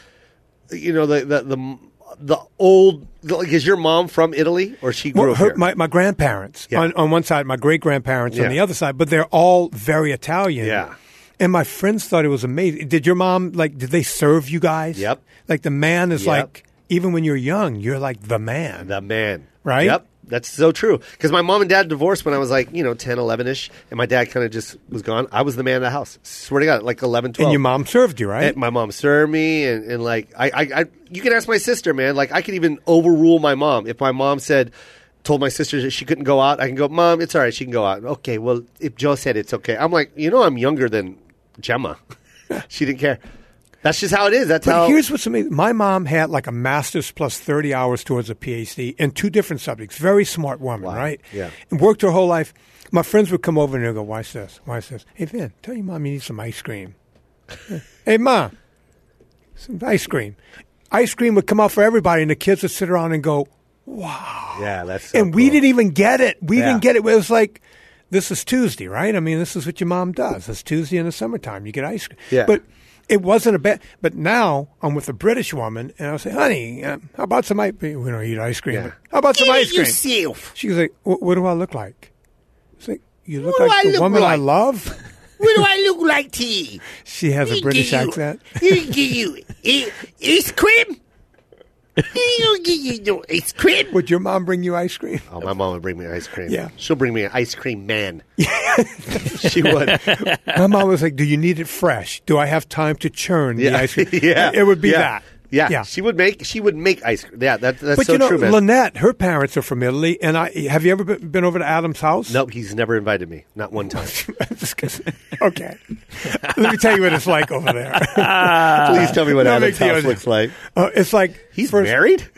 S2: you know the the the, the old like is your mom from Italy or she grew
S5: Well,
S2: up
S5: her-
S2: here?
S5: My, my grandparents
S2: Yeah.
S5: on, on one side, my great grandparents
S2: Yeah.
S5: on the other side, but they're all very Italian.
S2: Yeah.
S5: And my friends thought it was amazing. Did your mom, like, did they serve you guys?
S2: Yep.
S5: Like, the man is
S2: Yep.
S5: like, even when you're young, you're like the man.
S2: the man.
S5: Right?
S2: Yep. That's so true. Because my mom and dad divorced when I was like, you know, 10, 11 ish. And my dad kind of just was gone. I was the man of the house. Swear to God, like 11, 12.
S5: and your mom served you, right?
S2: And my mom served me, and, and like I, I, I, you can ask my sister, man. Like I could even overrule my mom if my mom said, told my sister that she couldn't go out. I can go, mom, it's all right, she can go out. Okay, well, if Joe said it's okay, I'm like, you know, I'm younger than Gemma. she didn't care. That's just how it is. That's
S5: but
S2: how.
S5: here's what's amazing. My mom had like a master's plus 30 hours towards a PhD in two different subjects. Very smart woman, right?
S2: Yeah.
S5: And worked her whole life. My friends would come over and they'd go, Why is this? Why is this? Hey, Vin, tell your mom you need some ice cream. hey, mom, some ice cream. Ice cream would come out for everybody, and the kids would sit around and go,
S2: yeah, that's.
S5: and we didn't even get it. We
S2: Yeah.
S5: didn't get it. It was like, this is Tuesday, right? I mean, this is what your mom does. It's Tuesday in the summertime. You get ice cream.
S2: Yeah.
S5: But it wasn't a bad. But now I'm with a British woman, and I'll say, honey, uh, how about some ice cream? We don't eat ice cream. but How about some ice cream?
S2: Yourself.
S5: She's like, "Wh- what do I look like? It's like, you look
S2: What do
S5: like
S2: I
S5: the
S2: look
S5: woman I
S2: like?"
S5: love.
S2: What do I look like to you?
S5: She has a British
S2: Give you-
S5: accent.
S2: You give you i- ice cream. You give you no ice cream.
S5: Would your mom bring you ice cream?
S2: Oh, my mom would bring me ice cream.
S5: Yeah.
S2: She'll bring me an ice cream man. she would.
S5: My mom was like, do you need it fresh? Do I have time to churn the ice cream?
S2: yeah.
S5: It would be
S2: Yeah.
S5: that.
S2: Yeah. She would make she would make ice cream. Yeah, that, that's
S5: but
S2: so
S5: you know,
S2: true, man.
S5: Lynette, her parents are from Italy, and I have you ever been, been over to Adam's house?
S2: nope, he's never invited me. Not one time.
S5: Just 'cause- okay. Let me tell you what it's like over there.
S2: Please tell me what
S5: no
S2: Adam's
S5: big deal.
S2: house looks like.
S5: Uh, it's like
S2: He's
S5: first
S2: married?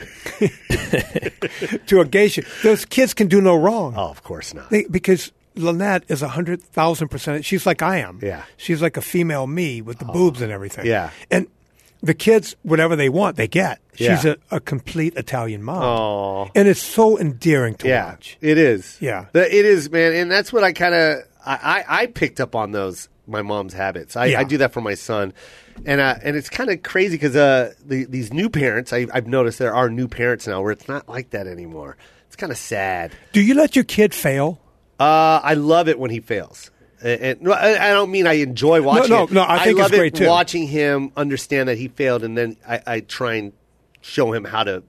S5: to a geisha. Those kids can do no wrong
S2: Oh, of course not.
S5: They- because Lynette is hundred thousand percent. She's like I am.
S2: Yeah. Oh.
S5: she's like a female me with the boobs and everything.
S2: Yeah.
S5: and the kids, whatever they want, they get. She's
S2: Yeah. Oh.
S5: a, a complete Italian mom, and it's so endearing to
S2: yeah,
S5: watch.
S2: it is.
S5: Yeah.
S2: The- it is, man. And that's what I kind of I, I I picked up on those my mom's habits. I,
S5: Yeah.
S2: I do that for my son, and uh, and it's kind of crazy because uh the, these new parents I, I've noticed there are new parents now where it's not like that anymore. It's kind of sad.
S5: Do you let your kid fail?
S2: Uh, I love it when he fails. And, and- no, I I don't mean I enjoy watching.
S5: no,
S2: it.
S5: no, I think
S2: love
S5: it's great,
S2: it
S5: too.
S2: watching him understand that he failed, and then I, I try and show him how to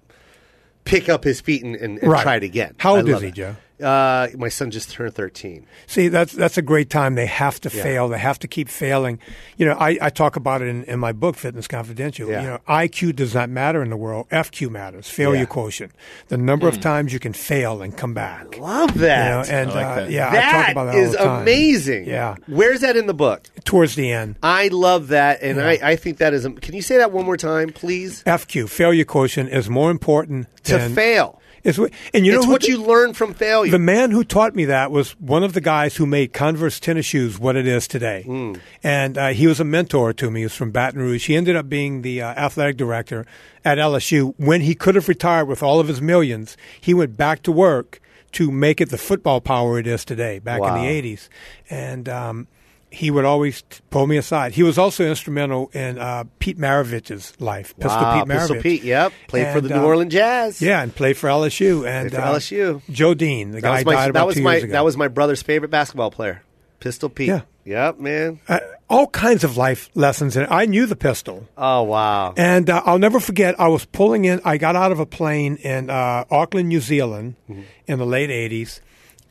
S2: pick up his feet and, and, and
S5: Right.
S2: try it again.
S5: How
S2: I
S5: old is
S2: love
S5: he,
S2: it.
S5: Joe?
S2: Uh, my son just turned thirteen.
S5: See, that's that's a great time. They have to fail. They have to keep failing. You know, I, I talk about it in, in my book, Fitness Confidential.
S2: Yeah.
S5: You know, IQ does not matter in the world. FQ matters. Failure
S2: Yeah. Mm.
S5: quotient. The number of times you can fail and come back. You
S2: Love
S5: know,
S2: that.
S5: and
S3: like
S5: uh,
S3: that.
S5: yeah, I talk about
S2: that
S5: that all
S2: is
S5: the time.
S2: amazing.
S5: Yeah.
S2: Where's that in the book?
S5: Towards the end,
S2: I love that, and I, I think that is. am- Can you say that one more time, please?
S5: FQ failure quotient is more important
S2: To
S5: than,
S2: fail.
S5: It's, wh- and you know
S2: it's
S5: who
S2: what
S5: th-
S2: you learn from failure.
S5: The man who taught me that was one of the guys who made Converse tennis shoes what it is today.
S2: Hmm.
S5: And uh, he was a mentor to me. He was from Baton Rouge. He ended up being the uh, athletic director at LSU. When he could have retired with all of his millions, he went back to work to make it the football power it is today, back
S2: Wow.
S5: in the 80s. And um, he would always t- pull me aside. He was also instrumental in uh, Pete Maravich's life, Pistol
S2: Wow,
S5: Pete Maravich.
S2: Pistol Ah, Pete, yep. Played for
S5: And,
S2: the New
S5: uh,
S2: Orleans Jazz.
S5: Yeah, and played for LSU. And uh,
S2: Played for LSU.
S5: Joe Dean, the
S2: That
S5: guy
S2: was my
S5: died about
S2: that was
S5: two
S2: my
S5: years ago.
S2: that was my brother's favorite basketball player, Pistol Pete.
S5: Yeah.
S2: Yep, man.
S5: uh, all kinds of life lessons. And I knew the pistol.
S2: Oh wow.
S5: And uh, I'll never forget, I was pulling in, I got out of a plane in uh, Auckland, New Zealand
S2: Mm-hmm.
S5: in the late 80s,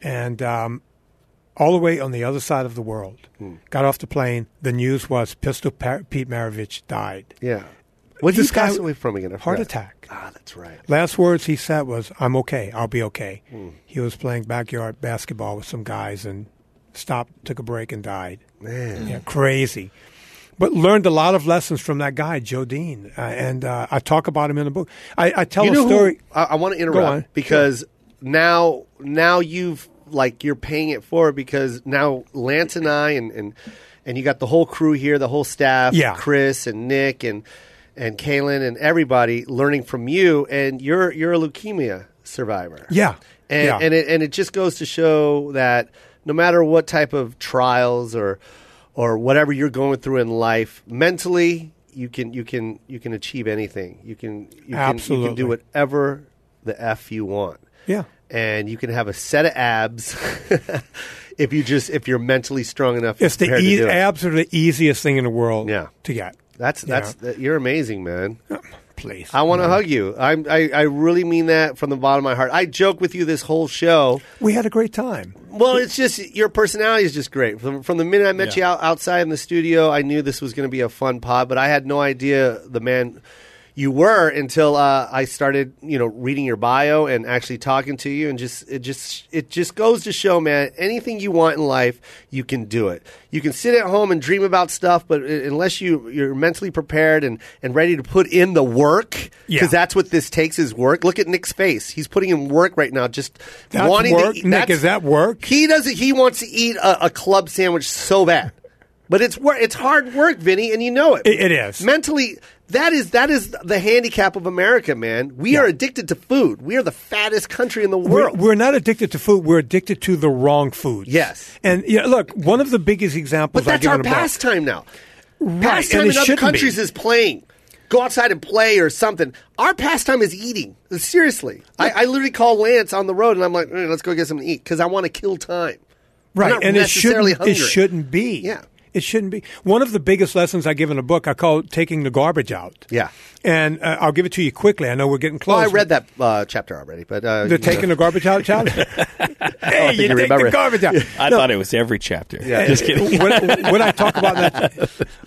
S5: and um, all the way on the other side of the world.
S2: Mm.
S5: Got off the plane. The news was Pistol Pa- Pete Maravich died.
S2: Yeah. What did
S5: This
S2: he pass
S5: guy-
S2: away from again? I
S5: Heart
S2: forgot.
S5: attack.
S2: Ah, that's right.
S5: Last words he said was, I'm okay. I'll be okay.
S2: Hmm.
S5: He was playing backyard basketball with some guys and stopped, took a break, and died. Man. Yeah, crazy. But learned a lot of lessons from that guy, Joe Dean. Uh, and uh, I talk about him in the book. I, I tell
S2: you
S5: a
S2: know
S5: story.
S2: Who, I, I want to interrupt
S5: on.
S2: because now now you've like you're paying it forward because now Lance and I and and and you got the whole crew here, the whole staff,
S5: Yeah.
S2: Chris and Nick and. and Kaylin and everybody learning from you. And you're you're a leukemia survivor.
S5: Yeah.
S2: and
S5: yeah.
S2: and it and it just goes to show that no matter what type of trials or or whatever you're going through in life, mentally you can you can you can achieve anything. You can you can you can
S5: Absolutely.
S2: do whatever the f you want.
S5: Yeah.
S2: and you can have a set of abs if you just if you're mentally strong enough.
S5: it's the
S2: prepared to
S5: e-
S2: do it.
S5: abs are the easiest thing in the world
S2: Yeah.
S5: to get.
S2: That's
S5: Yeah.
S2: that's that, you're amazing, man.
S5: Please.
S2: I want to hug you. I'm, I I really mean that from the bottom of my heart. I joke with you this whole show.
S5: we had a great time.
S2: Well, it's just your personality is just great. From, from the minute I met you out, outside in the studio, I knew this was going to be a fun pod, but I had no idea the man you were until uh, I started, you know, reading your bio and actually talking to you. And just it just it just goes to show, man, anything you want in life, you can do it. You can sit at home and dream about stuff, but i- unless you you're mentally prepared and and ready to put in the work, because
S5: Yeah.
S2: that's what this takes is work. Look at Nick's face; he's putting in work right now. Just
S5: That's
S2: wanting
S5: work,
S2: to eat-
S5: Nick.
S2: that's-
S5: is that work?
S2: he doesn't. He wants to eat a, a club sandwich so bad, but it's work. It's hard work, Vinny, and you know it.
S5: It- it is.
S2: mentally. That is that is the handicap of America, man. We are addicted to food. We are the fattest country in the
S5: We're,
S2: world.
S5: we're not addicted to food. We're addicted to the wrong foods.
S2: Yes.
S5: And yeah, look, one of the biggest
S2: but
S5: examples I
S2: that's
S5: give
S2: our
S5: in a book-
S2: pastime now. Pastime
S5: and it
S2: in other
S5: shouldn't
S2: countries
S5: be.
S2: is playing. Go outside and play or something. Our pastime is eating. Seriously, I, I literally call Lance on the road and I'm like, "Mm, "Let's go get something to eat" because I want to kill time. I'm
S5: right
S2: not
S5: and it
S2: necessarily
S5: shouldn't it
S2: hungry.
S5: shouldn't be
S2: Yeah.
S5: it shouldn't be one of the biggest lessons i give in a book i call it taking the garbage out
S2: Yeah.
S5: and uh, i'll give it to you quickly i know we're getting close
S2: Well, I read that uh, chapter already, but uh,
S5: the
S2: you know.
S5: taking the garbage out challenge hey
S2: you
S5: you take
S2: remember
S5: the
S2: it.
S5: garbage out
S3: I thought it was every chapter. Yeah. Just kidding.
S5: what, what I talk about that,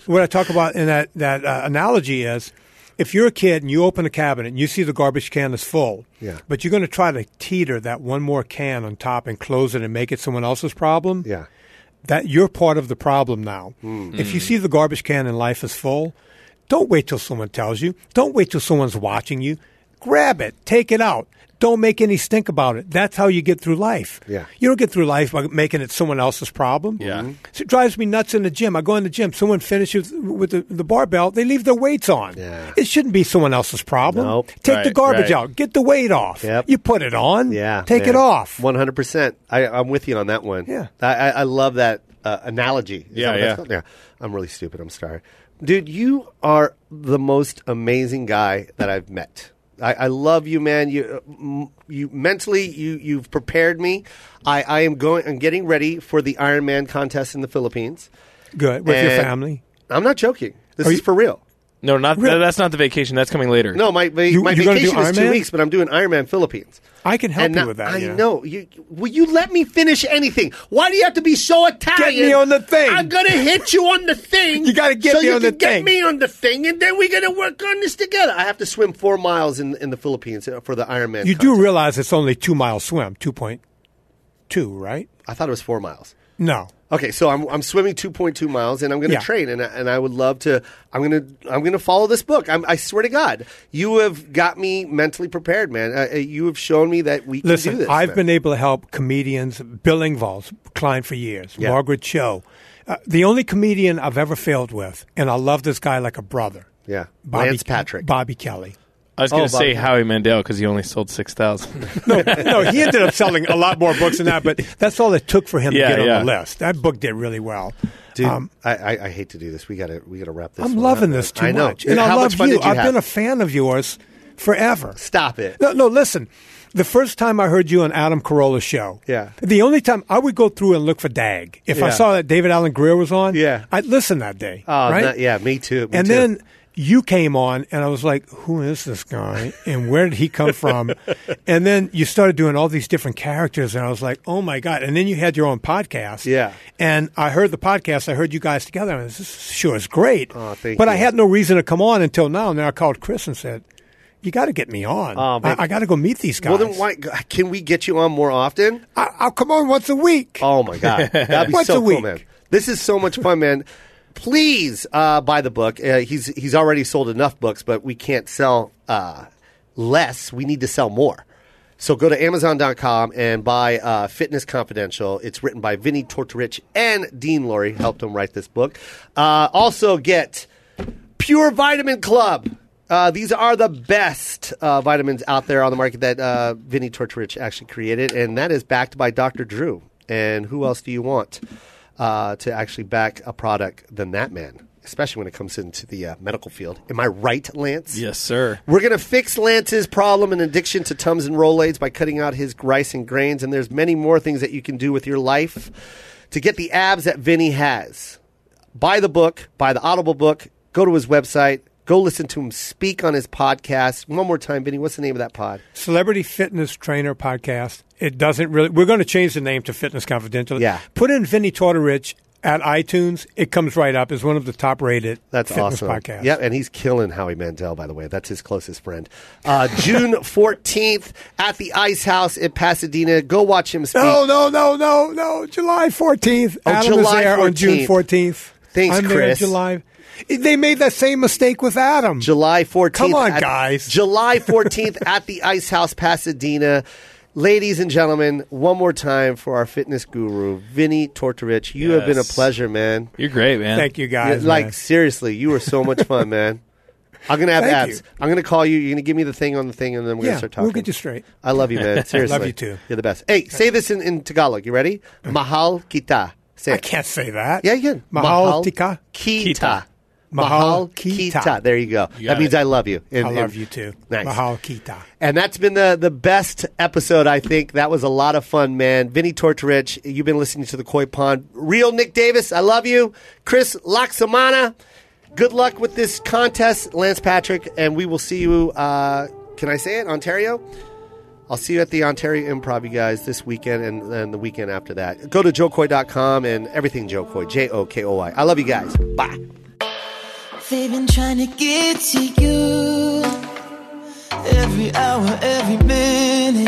S5: what I talk about in that that uh, analogy is, if you're a kid and you open a cabinet and you see the garbage can is full,
S2: Yeah.
S5: but you're going to try to teeter that one more can on top and close it and make it someone else's problem,
S2: Yeah.
S5: that you're part of the problem now.
S2: Hmm.
S5: If you see the garbage can and life is full, don't wait till someone tells you. Don't wait till someone's watching you. Grab it, take it out. Don't make any stink about it. That's how you get through life.
S2: Yeah.
S5: You don't get through life by making it someone else's problem.
S3: Yeah.
S2: Hmm.
S3: Mhm.
S5: So it drives me nuts in the gym. I go in the gym, someone finishes with the, the barbell, they leave their weights on.
S2: Yeah.
S5: It shouldn't be someone else's problem.
S2: Nope.
S5: Take the
S3: Right,
S5: garbage
S3: right.
S5: out, get the weight off.
S2: Yep.
S5: You put it on,
S2: Yeah,
S5: take it off.
S2: One hundred percent. I'm with you on that one.
S5: Yeah.
S2: I, I, I love that uh, analogy. Is
S3: Yeah,
S2: that what that's
S3: yeah.
S2: called? yeah. I'm really stupid. I'm sorry, dude. You are the most amazing guy that I've met. I, I love you, man. You, uh, m- you mentally, you you've prepared me. I, I am going. I'm getting ready for the Iron Man contest in the Philippines
S5: Good. With your
S2: And
S5: family.
S2: I'm not joking. This
S5: Are
S2: is
S5: you-
S2: for real.
S3: No, not
S5: Really?
S3: that's not the vacation. That's coming later.
S2: No, my my,
S5: You-
S2: my
S5: you're gonna do
S2: vacation is
S5: Iron
S2: two
S5: Man?
S2: weeks, but I'm doing Ironman Philippines.
S5: I can help
S2: And
S5: you
S2: now-
S5: with that.
S2: I
S5: yeah.
S2: know. You, will you let me finish anything? Why do you have to be so Italian?
S5: me on the thing.
S2: I'm gonna hit you on the thing.
S5: You gotta get
S2: so
S5: me
S2: you
S5: on
S2: can
S5: the
S2: get
S5: thing.
S2: me on the thing, and then we're gonna work on this together. I have to swim four miles in in the Philippines uh, for the Ironman.
S5: You
S2: contest.
S5: do realize it's only two mile swim, two point two, right?
S2: I thought it was four miles.
S5: No.
S2: Okay, so I'm, I'm swimming 2.2 miles, and I'm going to
S5: Yeah.
S2: train, and I, and I would love to. I'm going to I'm going to follow this book. I'm, I swear to God, you have got me mentally prepared, man. Uh, uh, you have shown me that we can
S5: Listen,
S2: do this.
S5: I've
S2: man.
S5: been able to help comedians, Bill Engvall's client for years,
S2: Yeah.
S5: Margaret Cho. Uh, the only comedian I've ever failed with, and I love this guy like a brother.
S2: Yeah. Lance Patrick.
S5: Bobby Kelly.
S3: I was going
S2: Oh,
S3: to say
S2: Bob-
S3: Howie Mandel because he only sold six thousand.
S5: No, no, he ended up selling a lot more books than that, but that's all it took for him
S3: Yeah,
S5: to get
S3: yeah.
S5: on the list. That book did really well.
S2: Dude, I, I, I hate to do this. We gotta we gotta wrap this.
S5: Um, I'm
S2: one
S5: loving
S2: up,
S5: this too
S2: man. I know.
S5: much, and
S2: How
S5: I
S2: much
S5: love
S2: fun
S5: you.
S2: Did you
S5: I've
S2: have?
S5: been a fan of yours forever.
S2: Stop it.
S5: No, no, listen. The first time I heard you on Adam Carolla's show,
S2: Yeah.
S5: The only time I would go through and look for Dag. If I
S2: Yeah.
S5: saw that David Allen Greer was on,
S2: Yeah.
S5: I'd listen that day.
S2: Oh,
S5: right?
S2: no- yeah, me too. me
S5: and
S2: too.
S5: then you came on, and I was like, "Who is this guy? And where did he come from?" and then you started doing all these different characters, and I was like, "Oh my god!" And then you had your own podcast,
S2: Yeah.
S5: And I heard the podcast. I heard you guys together, and I was, this sure is great.
S2: Oh, thank
S5: but I
S2: you.
S5: had no reason to come on until now. Now I called Chris and said, "You got to get me on.
S2: Oh, man.
S5: I, I got to go meet these guys.
S2: well, then why can we get you on more often?
S5: I, I'll come on once a week.
S2: Oh my god, that'd be
S5: Once
S2: so
S5: a
S2: cool,
S5: week.
S2: man. This is so much fun, man. Please uh, buy the book. Uh, he's he's already sold enough books, but we can't sell uh, less. We need to sell more. So go to Amazon.com and buy uh, Fitness Confidential. It's written by Vinny Tortorich and Dean Laurie helped him write this book. Uh, also get Pure Vitamin Club. Uh, these are the best uh, vitamins out there on the market that uh, Vinny Tortorich actually created, and that is backed by Dr. Drew. And who else do you want uh, to actually back a product than that man, especially when it comes into the uh, medical field? Am I right, Lance?
S3: Yes, sir.
S2: We're going to fix Lance's problem and addiction to Tums and Rolades by cutting out his rice and grains. And there's many more things that you can do with your life to get the abs that Vinny has. Buy the book, buy the Audible book, go to his website, go listen to him speak on his podcast. One more time, Vinny, what's the name of that pod?
S5: Celebrity Fitness Trainer Podcast. It doesn't really. We're going to change the name to Fitness Confidential.
S2: Yeah.
S5: Put in Vinny Tortorich at iTunes. It comes right up. It's one of the top rated.
S2: That's
S5: fitness
S2: awesome.
S5: Podcasts.
S2: Yeah, and he's killing Howie Mandel, by the way. That's his closest friend. Uh, June 14th at the Ice House in Pasadena. Go watch him speak.
S5: No, no, no, no, no. July 14th.
S2: Oh,
S5: Adam
S2: July
S5: is there on June
S2: 14th.
S5: 14th.
S2: Thanks,
S5: I'm there in
S2: Chris.
S5: July. They made that same mistake with Adam.
S2: July 14th.
S5: Come on,
S2: at-
S5: guys.
S2: July 14th at the Ice House, Pasadena. Ladies and gentlemen, one more time for our fitness guru, Vinny Tortorich. You have been a
S3: Yes.
S2: pleasure, man.
S3: You're great, man.
S5: Thank you, guys.
S2: like,
S5: man.
S2: seriously, you were so much fun, man. I'm going to have
S5: Thank
S2: abs.
S5: you.
S2: I'm going to call you. You're going to give me the thing on the thing, and then we're going
S5: Yeah,
S2: to start talking.
S5: we'll get you straight.
S2: I love you, man. Seriously.
S5: Love you too.
S2: You're the best. Hey, say this in, in Tagalog. You ready? Mahal kita. Say
S5: I
S2: it.
S5: can't say that.
S2: Yeah, you can.
S5: Mahal Tika.
S2: Kita.
S3: Kita.
S2: Mahal
S5: Mahal
S2: kita.
S5: Kita.
S2: There you go. that
S3: got
S2: means
S3: it.
S2: I love you. And-
S5: I
S2: and-
S5: love you too.
S2: Nice.
S5: Mahal Kita.
S2: And that's been the, the best episode, I think. That was a lot of fun, man. Vinny Tortorich, you've been listening to the Koi Pond. Real Nick Davis, I love you. Chris Laxamana, good luck with this contest, Lance Patrick, and we will see you. Uh, can I say it? Ontario? I'll see you at the Ontario Improv, you guys, this weekend and, and the weekend after that. Go to joecoy.com and everything Joe Coy, J O K O I. I love you guys. Bye.
S8: They've been trying to get to you every hour, every minute.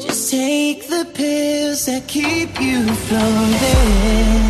S8: Just take the pills that keep you floating.